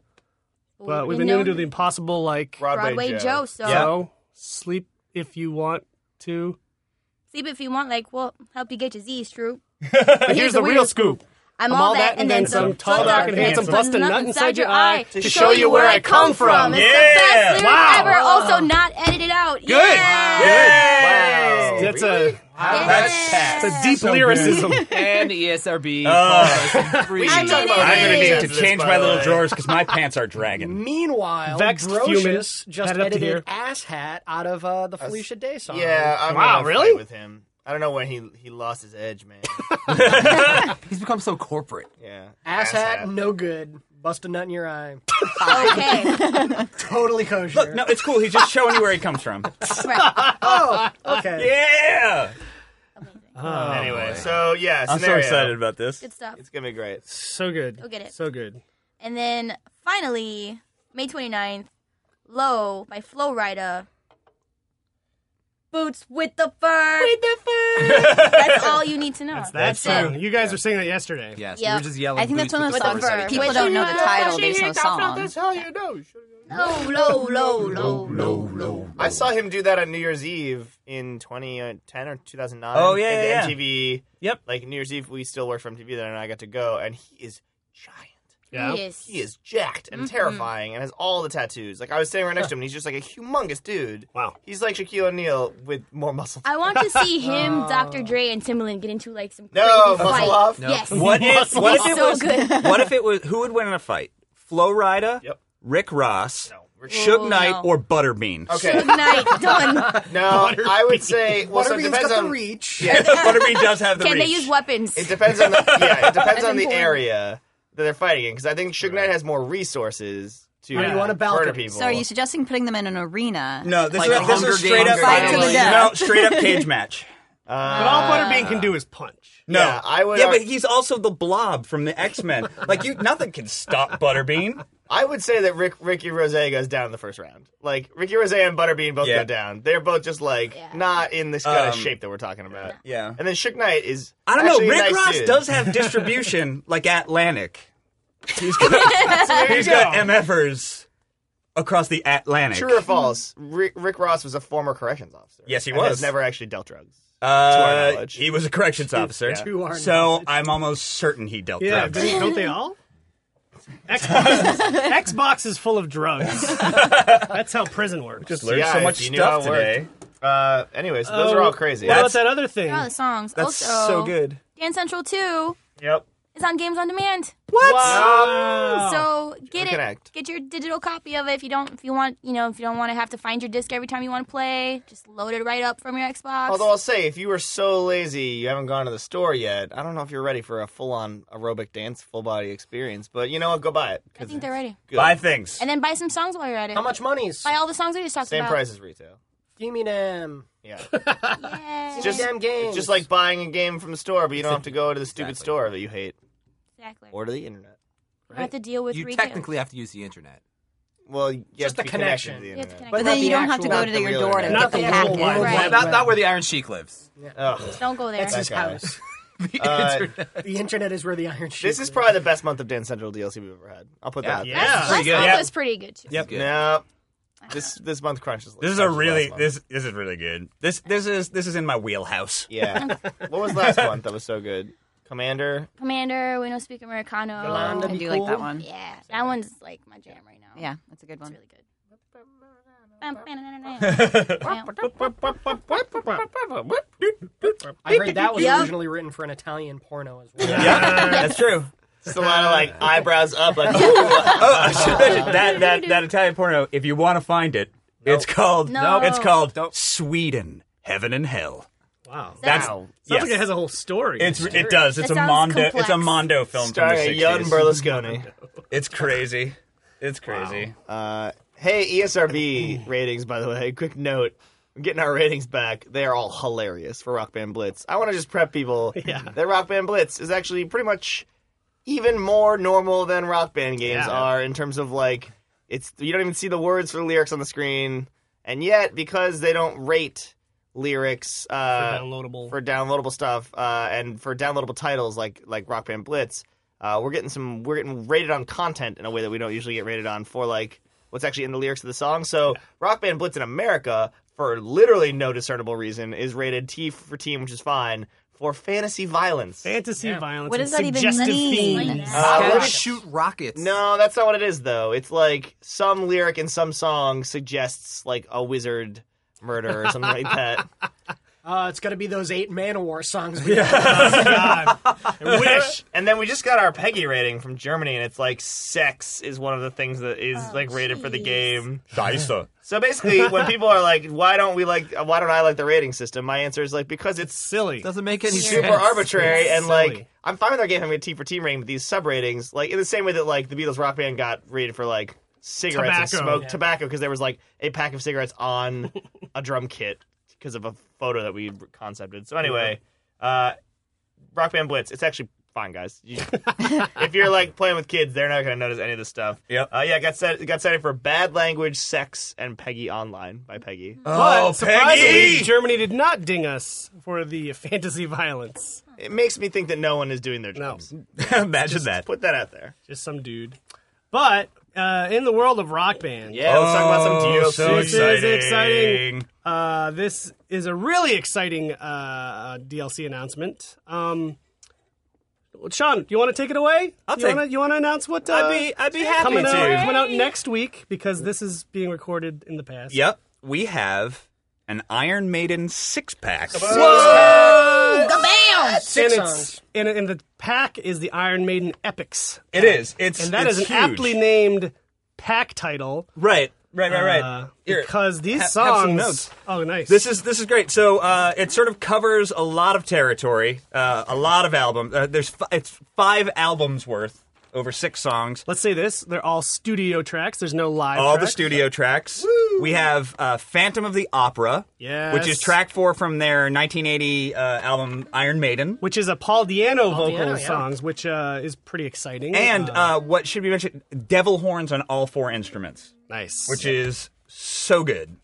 But we've
You
been doing
know-
to the impossible, like
Broadway,
Broadway Joe. So
so sleep if you want to.
sleep if you want. Like we'll help you get your Z's, True.
But here's the real scoop.
I'm, all, that, and then some.
tall, dark, and handsome
busts
bust a nut inside your eye
to show you where I come from.
It's
Yeah.
the best lyric
Wow.
ever. Also not edited out. Good. Mm.
Oh,
Yay!
That's a
That's
it's a
fast.
deep
So good.
lyricism.
and E ESRB. free.
I mean, it
I'm gonna
is.
need to
This,
change
by
my
the
little
way.
drawers because my pants are dragging.
Meanwhile,
Vexed
Brocious
Fumans
just
headed up to here.
edited "Asshat" out of uh, the Felicia Day song.
Yeah, I'm
Wow,
gonna fight
really?
With him, I don't know when he he lost his edge, man.
He's become so corporate.
Yeah,
"Asshat,"
Asshat.
no good. Bust a nut in your eye.
Okay.
totally kosher.
Look, no, it's cool. He's just showing you where he comes from.
Right.
Oh, okay.
Yeah, Oh,
Anyway, so yeah,
I'm so
scenario.
excited about this.
Good stuff.
It's gonna be great.
So good.
Go get it.
So good.
And then finally, May 29th, Low by Flow Rida. Boots with the fur. With the fur. That's all you need to know.
That's,
it.
true. You guys were saying that yesterday.
Yes,
Yep.
you were just yelling.
I think that's
boots
one of
with
those
the
songs
swords
where
at each
people
other.
don't know the title. There's no song.
That's how you know.
Low, Oh, low, low, low, low, low.
I saw him do that on New Year's Eve in 2010 or 2009.
Oh, yeah,
at
yeah, yeah.
the MTV.
Yep.
Like New Year's Eve, we still work from TV then, and I got to go, and he is giant.
Yeah.
Yes.
He is jacked and
Mm-hmm.
terrifying, and has all the tattoos. Like I was sitting right next to him, and he's just like a humongous dude.
Wow.
He's like Shaquille O'Neal with more muscle.
I want to see him, Dr. Dre, and Timbaland get into like some crazy
No, muscle
fight.
off.
Yes.
What if? What if
It's
it
so
was?
good.
What if it was? Who would win in a fight? Flo Rida,
Yep.
Rick Ross,
No, Rick-
Suge
Oh,
Knight,
no.
or Butterbean?
Okay.
Night done.
No, I would say. Well, so it
Butterbean's
depends
got
on
the reach.
Yeah, Butterbean does have the
Can
reach.
they use weapons?
It depends on the yeah. It depends
That's
on the
important.
area that they're fighting in because I think Suge Knight has more resources to
Are you on a
murder
balcony?
people.
So are you suggesting putting them in an arena?
no, this
like
is
a
this
Hunger
is straight
Games
up
Fight to the
no,
death.
straight up cage match.
But all Butterbean can do is punch.
No,
Yeah, I would
Yeah,
ar-
but he's also the Blob from the X Men. like you, nothing can stop Butterbean.
I would say that Rick Ricky Rose goes down in the first round. Like Ricky Rose and Butterbean both
Yeah.
go down. They're both just like not in this kind of
Um,
shape that we're talking about.
Yeah.
And then Suge Knight is.
I don't know.
actually a
Rick
nice
Ross
dude.
does have distribution like Atlantic. He's got, he's got MFers across the Atlantic.
True or false? Rick, Rick Ross was a former corrections officer.
Yes, he
and
was.
Has never actually dealt drugs.
Uh,
To our knowledge.
He was a corrections officer.
To our
so I'm almost certain he dealt
Yeah.
drugs.
Don't, don't they all? Xbox, Xbox is full of drugs. That's how prison works.
Just learned
Yeah,
so
if
much
you knew
stuff
how it worked.
today.
Uh, anyways, those
Oh,
are all crazy.
What about
That's-
that other thing?
Oh,
All the songs.
That's
also,
so good.
Dance Central 2
yep.
is on Games on Demand.
What?
Wow.
So get it.
Reconnect.
Get your digital copy of it if you don't. If you want, you know, if you don't want to have to find your disc every time you want to play, just load it right up from your Xbox.
Although I'll say, if you were so lazy you haven't gone to the store yet, I don't know if you're ready for a full-on aerobic dance, full-body experience. But you know what? Go buy it.
I think they're ready.
Good.
Buy things.
And then buy some songs while you're at it.
How much money's
Buy all the songs we just talked
Same
about.
price as retail.
Give me them.
Yeah,
Yay.
Just them games.
it's just like buying a game from the store, but you don't have to go to the stupid store that you hate
exactly.
or to the internet.
You don't have to deal with
You
retail.
technically have to use the internet.
Well, you
Just
have to
the
be connected to
connection.
the
You have to
internet.
connect.
But
with
then you
the
don't have to
actual-
go
not
to
the
your
real
door to
internet.
get
Not
the
the real
packet.
wide
Right.
Not, not where the Iron Sheik lives.
Ugh.
Don't go there.
That's his
that guy.
house.
The
Uh,
internet.
The internet is where the iron sheet.
This is probably the best month of Dan Central DLC we've ever had. I'll put that. Out there.
Yeah.
Last month
good.
Yeah.
was pretty good too.
Yep.
No,
Ah.
this this month crunches.
This is a really this this is really good. This this is this is in my wheelhouse.
Yeah. what was last month that was so good? Commander.
Commander, we don't speak Americano.
Yolanda.
I do like that one.
Yeah, that one's like my jam right now.
Yeah, that's a good one.
really good. Yep.
I heard that was
Yeah.
originally written for an Italian porno as well.
Yeah, that's true.
Just a lot of like eyebrows up, like ooh.
Oh, I should mention that that that Italian porno. If you want to find it, it's called
No.
It's called
Nope.
Sweden, Heaven and Hell.
wow. Sounds
That's
Wow.
yes.
like it has a whole story.
it's it does. It's
That
a
sounds
mondo. It's a
complex.
mondo film
starring
from
a
the
young
60s.
Berlusconi.
It's crazy. It's crazy.
Uh, hey, ESRB ratings, by the way. Quick note. We're getting our ratings back. They are all hilarious for Rock Band Blitz. I want to just prep people that Rock Band Blitz is actually pretty much even more normal than Rock Band games
Yeah.
are in terms of like it's you don't even see the words for the lyrics on the screen, and yet because they don't rate lyrics uh,
downloadable.
for downloadable stuff uh, and for downloadable titles like like Rock Band Blitz. Uh, we're getting some we're getting rated on content in a way that we don't usually get rated on for like what's actually in the lyrics of the song. So Rock Band Blitz in America, for literally no discernible reason, is rated T for teen, which is fine, for fantasy violence.
Fantasy violence.
What
and
does that even
suggestive
mean?
themes.
Uh,
Gotta
let's-
shoot rockets.
No, that's not what it is though. It's like some lyric in some song suggests like a wizard murder or something like that.
Uh, it's gonna be those eight Manowar songs. We
Wish. And then we just got our Peggy rating from Germany, and it's like sex is one of the things that is like rated for the
jeez.
game.
Scheiße.
So basically, when people are like, "Why don't we like? Why don't I like the rating system?" My answer is like because it's
Silly.
Doesn't make any
super
sense.
arbitrary and like
Silly.
I'm fine with our game having a T for team rating, but these sub ratings, like in the same way that like the Beatles rock band got rated for like cigarettes and
Tobacco.
smoke
Yeah.
tobacco because there was like a pack of cigarettes on a drum kit because of a photo that we concepted. So anyway, uh, rock band blitz, it's actually fine, guys. You- if you're like playing with kids, they're not gonna notice any of this stuff.
Yep.
Uh, yeah, it got set, it got cited for bad language, sex, and Peggy Online by Peggy.
Uh.
Oh,
Surprisingly,
Peggy!
Germany did not ding us for the fantasy violence.
It makes me think that no one is doing their
No,
jobs.
Imagine that.
Put that out there.
just some dude. But uh, in the world of rock band,
Yeah, let's talk about some
Oh,
DLC.
so
This is
exciting.
exciting. Uh, this is a really exciting uh, uh, DLC announcement. Um, Sean, you want to take it away?
I'll
you
take-
Wanna, you want to announce what? Uh,
I'd be I'd be happy
coming
to.
out, coming out next week because this is being recorded in the past.
Yep, we have an Iron Maiden six pack.
Bam!
and
six songs.
it's and, and the pack is the Iron Maiden Epics,
It is. It's
and that
it's
is an
huge.
aptly named pack title.
right, right, right, right.
uh,
Here.
because these
ha- have some
songs.
notes.
Oh, nice.
This is this is great. So uh, it sort of covers a lot of territory, uh, a lot of albums. Uh, there's f- it's five albums worth over six songs.
Let's say this: they're all studio tracks. There's no live.
All the
tracks.
studio tracks. We have uh, "Phantom of the Opera,"
Yes.
which is track four from their 1980 uh, album Iron Maiden.
which is a Paul Diano vocal
Di'Anno, yeah.
songs, which uh, is pretty exciting.
And uh, what should be mentioned? Devil horns on all four instruments,
nice.
which is so good.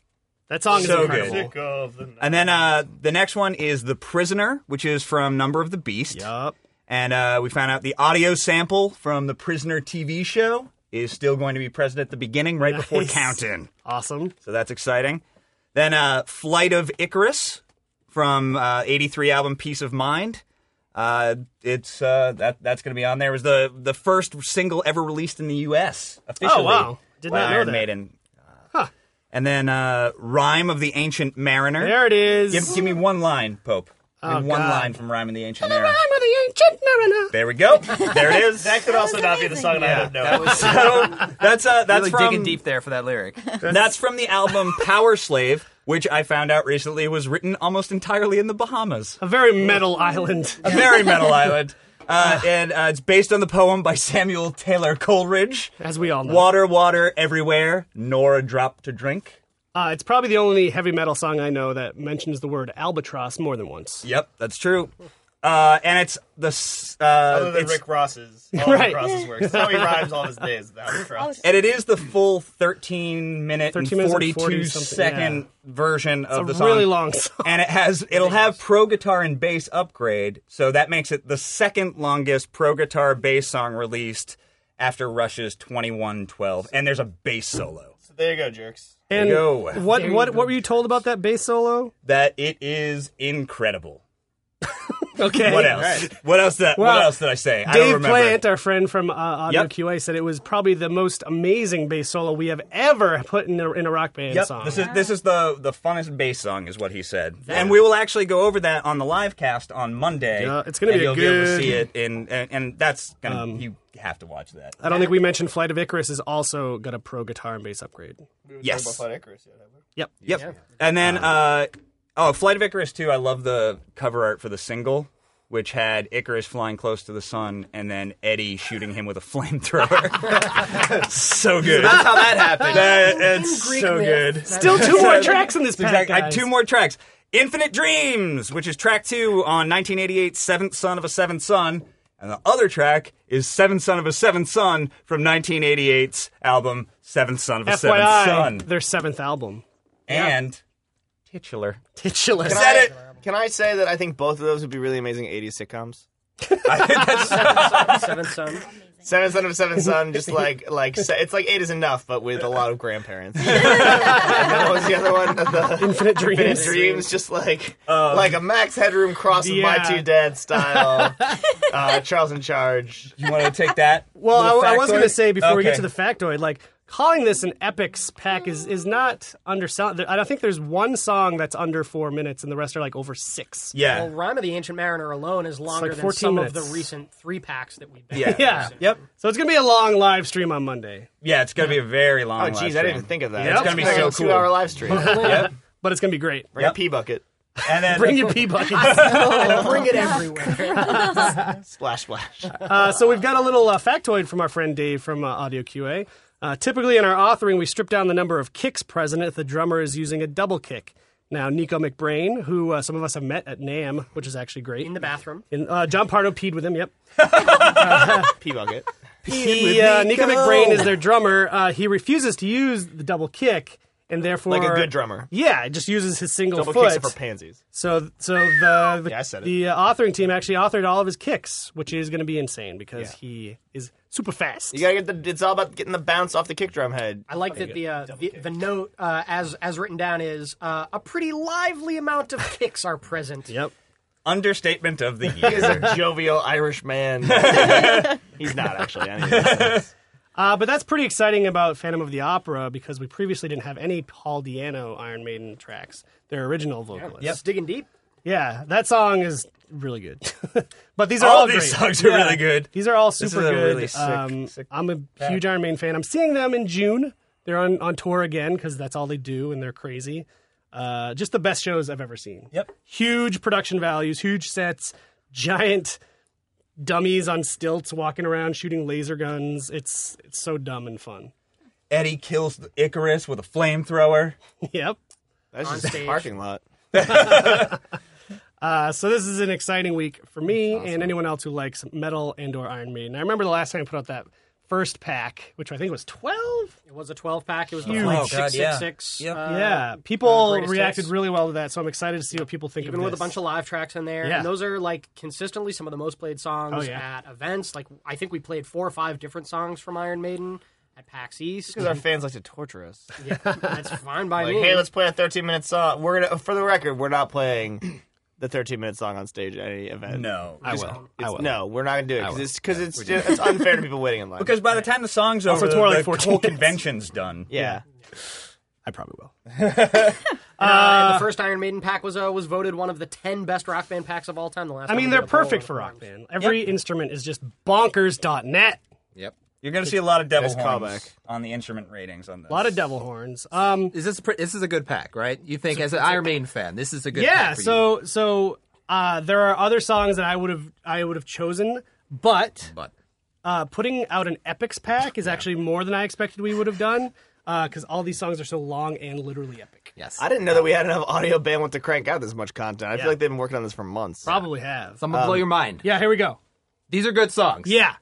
that song is
so
incredible.
good.
oh,
And then uh, the next one is The Prisoner, which is from Number of the Beast.
Yup.
And uh, we found out the audio sample from the Prisoner TV show is still going to be present at the beginning right before
Nice.
count-in.
Awesome.
So that's exciting. Then uh, Flight of Icarus from uh, 83 album Peace of Mind. Uh, it's uh, that that's going to be on there. It was the the first single ever released in the U.S. officially.
Oh, wow. Did
by
not know
Iron
that.
Maiden. And then uh, Rhyme of the Ancient Mariner.
There it is.
Give, give me one line, Pope. Give me
Oh,
one
God.
line from Rhyme of the Ancient Mariner.
I'm the ancient mariner.
There we go. There it is.
That could also not be the song, and I don't know.
That was
So, that's uh, that's
really
from
digging deep there for that lyric.
that's from the album Power Slave, which I found out recently was written almost entirely in the Bahamas,
A very metal island.
a very metal island. Uh, and uh, it's based on the poem by Samuel Taylor Coleridge.
As we all know.
Water, water everywhere, nor a drop to drink.
Uh, it's probably the only heavy metal song I know that mentions the word albatross more than once.
Yep, that's true. Uh, and it's the s- uh,
Other than
it's,
Rick Ross's, all
Right.
Rick Ross's works. That's how he rhymes all his days. That was rough.
and it is the full thirteen minute
13
and
minutes
forty
and 40
two
something,
second version
A
of the song.
really long song.
and it has it'll have pro guitar and bass upgrade, so that makes it the second longest pro guitar bass song released after Rush's 2112. And there's a bass solo.
So there you go, jerks.
And
go.
what what what were you told about that bass solo?
That it is incredible.
Okay.
What else? What else did
Well,
what else did I say? I don't
Dave
remember.
Plant, our friend from uh, Audio
Yep.
QA, said it was probably the most amazing bass solo we have ever put in a, in a rock band
Yep,
song.
this is this is the the funnest bass song, is what he said, and we will actually go over that on the live cast on Monday.
Yeah, it's gonna be
and
a
you'll be able to
good- Um,
see it, in, and and that's gonna you have to watch that.
I don't think we mentioned Flight of Icarus is also got a pro guitar and bass upgrade.
Yes,
Yep.
Yep. And then,
Um,
uh, oh, Flight of Icarus too. I love the cover art for the single, which had Icarus flying close to the sun and then Eddie shooting him with a flamethrower. so good.
That's how that happened.
That- it's so good.
Still two more tracks in this pack,
Exactly. I had
guys.
two more tracks. Infinite Dreams, which is track two on 1988's Seventh Son of a Seventh Son. And the other track is Seventh Son of a Seventh Son from 1988's album Seventh Son of a Seventh
FYI,
Son.
their seventh album.
And titular.
Titular.
Said it.
Can I say that I think both of those would be really amazing 80s sitcoms?
I think that's
Seventh son.
Seven son of a seven son, just like like se- it's like eight is enough, but with a lot of grandparents. And that was the other one. The
Infinite dreams.
Infinite Dreams, just like like a Max Headroom cross with my
Yeah.
two dads style. uh, Charles in charge.
you want to take that.
Well,
little
I, I was
factoid?
going to say before we get
Okay.
to the factoid, like calling this an epics pack is is not under sound. I think there's one song that's under four minutes, and the rest are like over six.
yeah,
Well, Rhyme of the Ancient Mariner alone is longer
like
than
14
some of
minutes.
the recent three packs that we've been.
Yeah.
Yeah.
yep,
So it's going to be a long live stream on Monday,
yeah. It's gonna be a very long.
Oh, jeez, I didn't even think of that.
Yep.
It's gonna be
Like
so
a
cool.
two-hour live stream. Bring
Yep.
but it's going to be great.
a pee bucket.
And then
Bring your pee buckets.
Bring it everywhere.
Splash, splash.
Uh, so we've got a little uh, factoid from our friend Dave from uh, Audio QA. Uh, typically in our authoring, we strip down the number of kicks present if the drummer is using a double kick. Now, Nico McBrain, who uh, some of us have met at NAM, which is actually great.
In the bathroom.
In- uh, John Pardo peed with him, yep.
pee bucket.
He, uh, Nico McBrain is their drummer. Uh, he refuses to use the double kick, and therefore,
Like a good drummer.
yeah, it just uses his single
Double
foot.
kicks are for pansies.
so, so the the,
Yeah, I said it.
the, uh, authoring team actually authored all of his kicks, which is going to be insane because he is super fast.
You gotta get the. It's all about getting the bounce off the kick drum head.
I like that the, uh, the the note uh, as as written down is uh, a pretty lively amount of kicks are present.
yep.
understatement of the
He is
year.
a jovial Irish man. He's not actually. I mean,
Uh, but that's pretty exciting about Phantom of the Opera because we previously didn't have any Paul Diano Iron Maiden tracks, their original vocalist.
Just digging deep.
Yeah, that song is really good. but these are all,
All these
great.
songs are
Yeah.
really good.
These are all
is
super
a
good.
really sick-
um,
sick
I'm a huge Iron Maiden fan. I'm seeing them in June. They're on, on tour again because that's all they do, and they're crazy. Uh, just the best shows I've ever seen.
Yep.
Huge production values, huge sets, giant dummies on stilts walking around shooting laser guns. It's it's so dumb and fun.
Eddie kills Icarus with a flamethrower.
yep.
that's just
stage.
a parking lot.
Uh, so this is an exciting week for me and anyone else who likes metal and or Iron Maiden. I remember the last time I put out that first pack, which I think was twelve.
It was a twelve pack. It was
Huge.
the
Oh, God, yeah.
666,
Yep.
uh,
yeah, people
greatest
reacted
hits.
really well to that, so I'm excited to see what people think
even
of
with a
this.
bunch of live tracks in there.
Yeah.
And those are like consistently some of the most played songs
Oh, yeah.
at events. Like I think we played four or five different songs from Iron Maiden at PAX East.
Because our fans like to torture us.
yeah, that's fine by
Like,
me.
hey, let's play a 13 minute song. We're gonna, for the record, we're not playing the 13 minute song on stage at any event.
No,
I will. I will.
No, we're not gonna do it because it's because it's, just, it's unfair to people waiting in line.
because by the time the song's over,
it's more
the-
like
the
14
whole
minutes.
convention's done.
yeah,
I probably will.
And, uh, and the first Iron Maiden pack was uh, was voted one of the ten best rock band packs of all time. The last
I
time
mean,
we
they're
did a poll
perfect
on
for
it.
rock band. Every instrument is just bonkers.net.
Yep.
You're gonna see a lot of devil
Nice
horns
callback.
on the instrument ratings on this.
A lot of devil horns. Um,
Is this a, pre- this is a good pack, right? You think as an Iron Maiden fan, this is a good
yeah.
pack for you.
So so uh, there are other songs that I would have I would have chosen, but
but
uh, putting out an epics pack is actually more than I expected we would have done because all these songs are so long and literally epic.
yes,
I didn't know that we had enough audio bandwidth to crank out this much content. I
Yeah.
feel like they've been working on this for months.
Probably have.
I'm gonna blow your mind.
yeah, here we go.
These are good songs.
Yeah,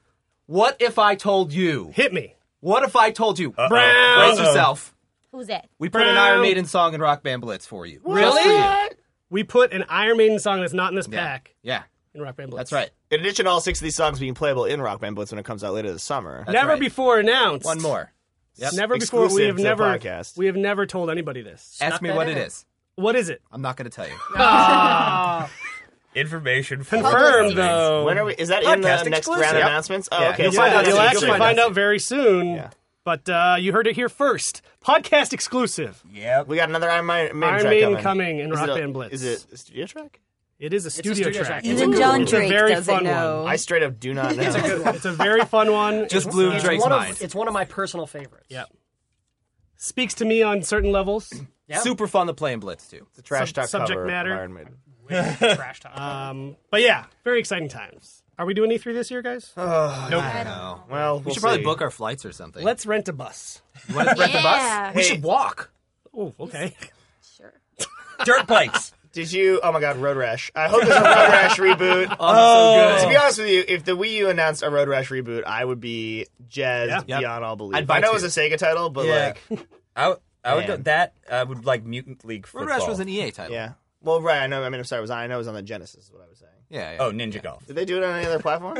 What if I told you?
hit me.
What if I told you? Brace
Brown.
yourself.
Who's that?
We put an
Brown.
Iron Maiden song in Rock Band Blitz for you.
Really?
Just for you.
We put an Iron Maiden song that's not in this pack
Yeah,
in Rock Band Blitz.
that's right.
In addition, all six of these songs being playable in Rock Band Blitz when it comes out later this summer.
That's
Never
right.
before announced.
One more. Yep.
Never before. We
Exclusive
have
to the
never.
podcast.
We have never told anybody this.
Ask me
that
what
in
it
it.
is.
What is it?
I'm not going to tell you.
information. for-
Confirmed though.
When are we? Is that in the
Podcast
next
exclusive.
round of
Yep.
announcements? Oh,
Yeah,
okay.
you'll
so
Yeah,
find out
that's-
you'll
soon.
actually
You'll
find,
find out
out very soon.
Yeah.
But uh, you heard it here first. Podcast exclusive.
Yep.
We got another Iron Maiden,
Iron
track
Maiden
coming.
coming in
Is
Rock
it a-
Band Blitz.
Is it a studio track?
It is a studio,
studio
track.
track.
Even John
It's a
Drake
very
doesn't
fun
know.
I straight up do not know.
one. Hmm? It's a very fun one.
Just
It
blew
It's
Drake's
one of-
mind.
it's one of my personal favorites.
Yeah. speaks to me on certain levels.
Yeah.
Super fun to play in Blitz too.
It's a trash talk
subject
cover of
matter.
Iron Maiden.
trash talk.
Um, but yeah, very exciting times. Are we doing E3 this year, guys?
Well, we'll
We should probably
see.
book our flights or something.
Let's rent a bus.
You wanna rent the bus?
Yeah.
We should walk.
Oh, okay.
Dirt bikes.
Did you? Oh my God, Road Rash! I hope there's a Road Rash reboot.
Oh,
To be honest with you, if the Wii U announced a Road Rash reboot, I would be jazzed
Yeah.
Yep.
beyond all belief.
I'd buy
I know it was
two.
a Sega title, but
Yeah.
like,
I, w- I would go,
Man.
that. I would like Mutant League
Road
football.
E
Rash was an EA title.
yeah. Well, right. I know. I mean, I'm sorry. It was I know it was on the Genesis? Is what I was saying.
Yeah. yeah.
Oh, Ninja Golf.
Did they do it on any other platform?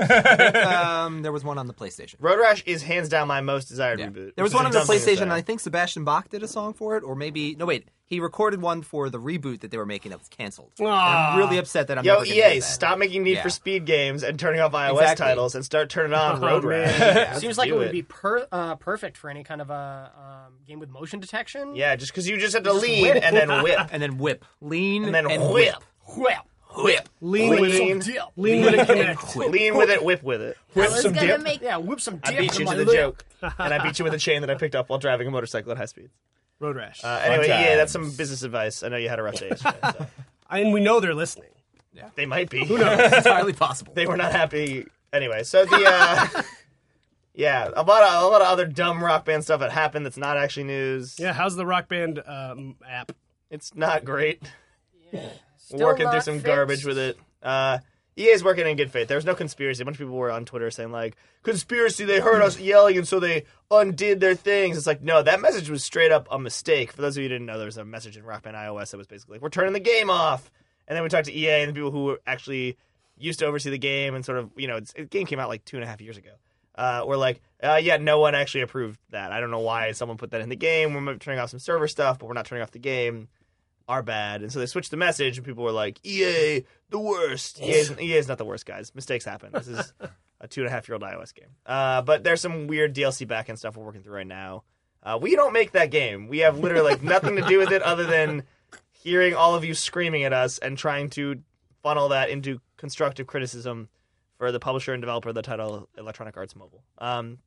um, there was one on the PlayStation.
Road Rash is hands down my most desired
Yeah.
reboot.
There was
which is
one
a
on the
dumb thing to
PlayStation,
say.
and I think Sebastian Bach did a song for it, or maybe no wait, he recorded one for the reboot that they were making that was canceled. And I'm really upset that I'm
Yo,
never gonna
EA,
get that.
stop making Need for
Yeah.
Speed games and turning off iOS
Exactly.
titles and start turning on Road Rash.
Seems like it
do
would
it.
be per, uh, perfect for any kind of a um, game with motion detection.
Yeah, just because you just had to lean and then whip.
and then whip, lean,
And then whip.
Well,
whip,
Lean with
Lean.
it. Lean with it. Connect.
whip.
Lean with it, whip with it.
I was gonna make
yeah, whip some dick.
I beat
on
you
my
to the
lip.
joke. And I beat you with a chain that I picked up while driving a motorcycle at high speeds.
Road rash.
Uh, anyway,
times.
yeah, that's some business advice. I know you had a rough day yesterday. so.
and we know they're listening.
They might be. Who knows?
It's entirely possible.
they were not happy anyway. So the uh, yeah, a lot of a lot of other dumb rock band stuff that happened that's not actually news.
Yeah, how's the rock band um, app?
it's not great.
Still
working through
not
some
fixed.
garbage with it. Uh, EA's working in good faith. There was no conspiracy. A bunch of people were on Twitter saying like, "Conspiracy! They heard us yelling, and so they undid their things." It's like, no, that message was straight up a mistake. For those of you who didn't know, there was a message in Rock Band iOS that was basically like, "We're turning the game off." And then we talked to EA and the people who were actually used to oversee the game and sort of, you know, it's, the game came out like two and a half years ago. Uh, we're like, uh, yeah, no one actually approved that. I don't know why someone put that in the game. We're maybe turning off some server stuff, but we're not turning off the game are bad. And so they switched the message, and people were like, EA, the worst. EA is, EA is not the worst, guys. Mistakes happen. This is a two and a half year old iOS game. Uh, but there's some weird DLC backend stuff we're working through right now. Uh, we don't make that game. We have literally like nothing to do with it other than hearing all of you screaming at us and trying to funnel that into constructive criticism for the publisher and developer of the title Electronic Arts Mobile. Um,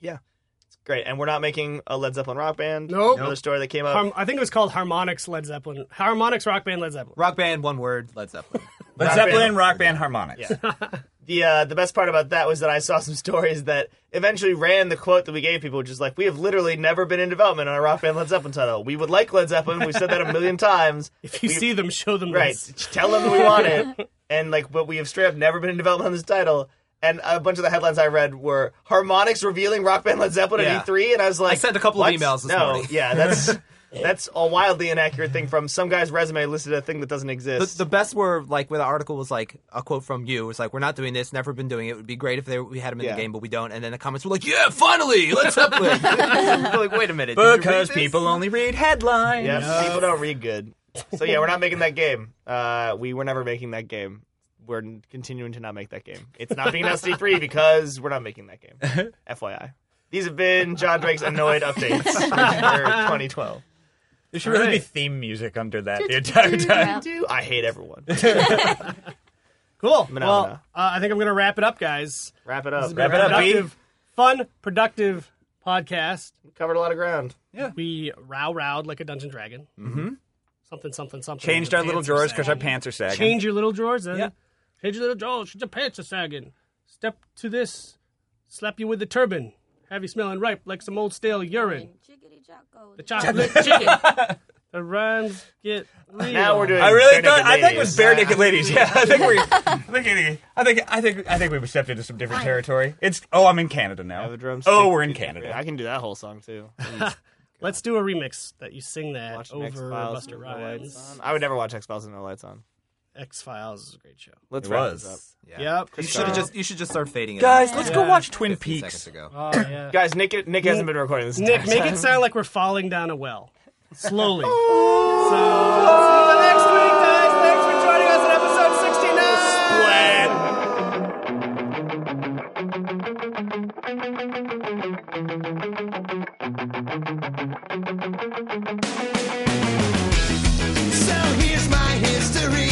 yeah, it's great. And we're not making a Led Zeppelin rock band.
Nope.
Another story that came up.
Harm- I think it was called Harmonix Led Zeppelin. Harmonix rock band Led Zeppelin.
Rock band, one word, Led Zeppelin.
Led
Rock
Zeppelin,
band.
Rock Band Harmonics.
the uh, the best part about that was that I saw some stories that eventually ran the quote that we gave people, which is like, "We have literally never been in development on a rock band Led Zeppelin title. We would like Led Zeppelin. We've said that a million times.
If you
We-
see them, show them
right,
this.
tell them we want it." And like, but we have straight up never been in development on this title. And a bunch of the headlines I read were harmonics revealing rock band Led Zeppelin
Yeah.
at E3, and I was like,
I sent a couple
what?
of emails this
no,
morning.
yeah, that's that's a wildly inaccurate thing from some guy's resume listed a thing that doesn't
The,
exist.
the best were like where the article was like a quote from you. It's like we're not doing this, never been doing it. It would be great if they, we had them in
Yeah.
the game, but we don't. And then the comments were like, "Yeah, finally, Led Zeppelin." We're like, wait a minute, did you read
Because
this?
people only read headlines.
Yeah, people don't read good. So yeah, we're not making that game. Uh, we were never making that game. We're n- continuing to not make that game. It's not being announced E3 because we're not making that game. FYI, these have been John Drake's annoyed updates for 2012.
There should really be
Alright.
theme music under that the entire time.
Do I hate everyone?
Cool. Well, uh,
Phenomena.
I think I'm going to wrap it up, guys.
Wrap it up.
This has been
Wrap it
a
up, B.
productive, fun, productive podcast.
Covered a lot of ground.
We row rowed like a dungeon dragon. Mm-hmm. Something, something, something.
Changed
Your
our little
pants are
drawers because our
sagging.
pants are sagging.
Change your little drawers. Then.
Yeah.
Change your little drawers. Your pants are sagging. Step to this. Slap you with the turban. Have you smelling ripe like some old stale urine.
Jiggity Jocko.
The chocolate chicken. The rhymes get real.
Now we're doing.
I really
Bare
thought.
Naked
I think it was
Ladies.
bare naked ladies. Yeah, I think we. I think, it- I think. I think. I think we've stepped into some different territory. It's. Oh, I'm in Canada now.
the drums
oh,
stick.
we're in Canada.
I can do that whole song too.
Let's do a remix that you sing that
Watch X
over
Files
Buster
with no lights
Rhymes.
on. I would never watch X Files with no lights on.
X Files is a great show.
Let's
It
wrap this up.
was.
Yep. uh,
You should have just you should just start fading it.
Guys,
out.
let's
Yeah.
go watch Twin
15
Peaks.
seconds ago.
Oh yeah.
Guys, Nick Nick hasn't been recording this.
Nick,
entire
make
time.
it sound like we're falling down a well. Slowly. so, see you next week, guys. Thanks for joining us on episode 69.
So here's my history.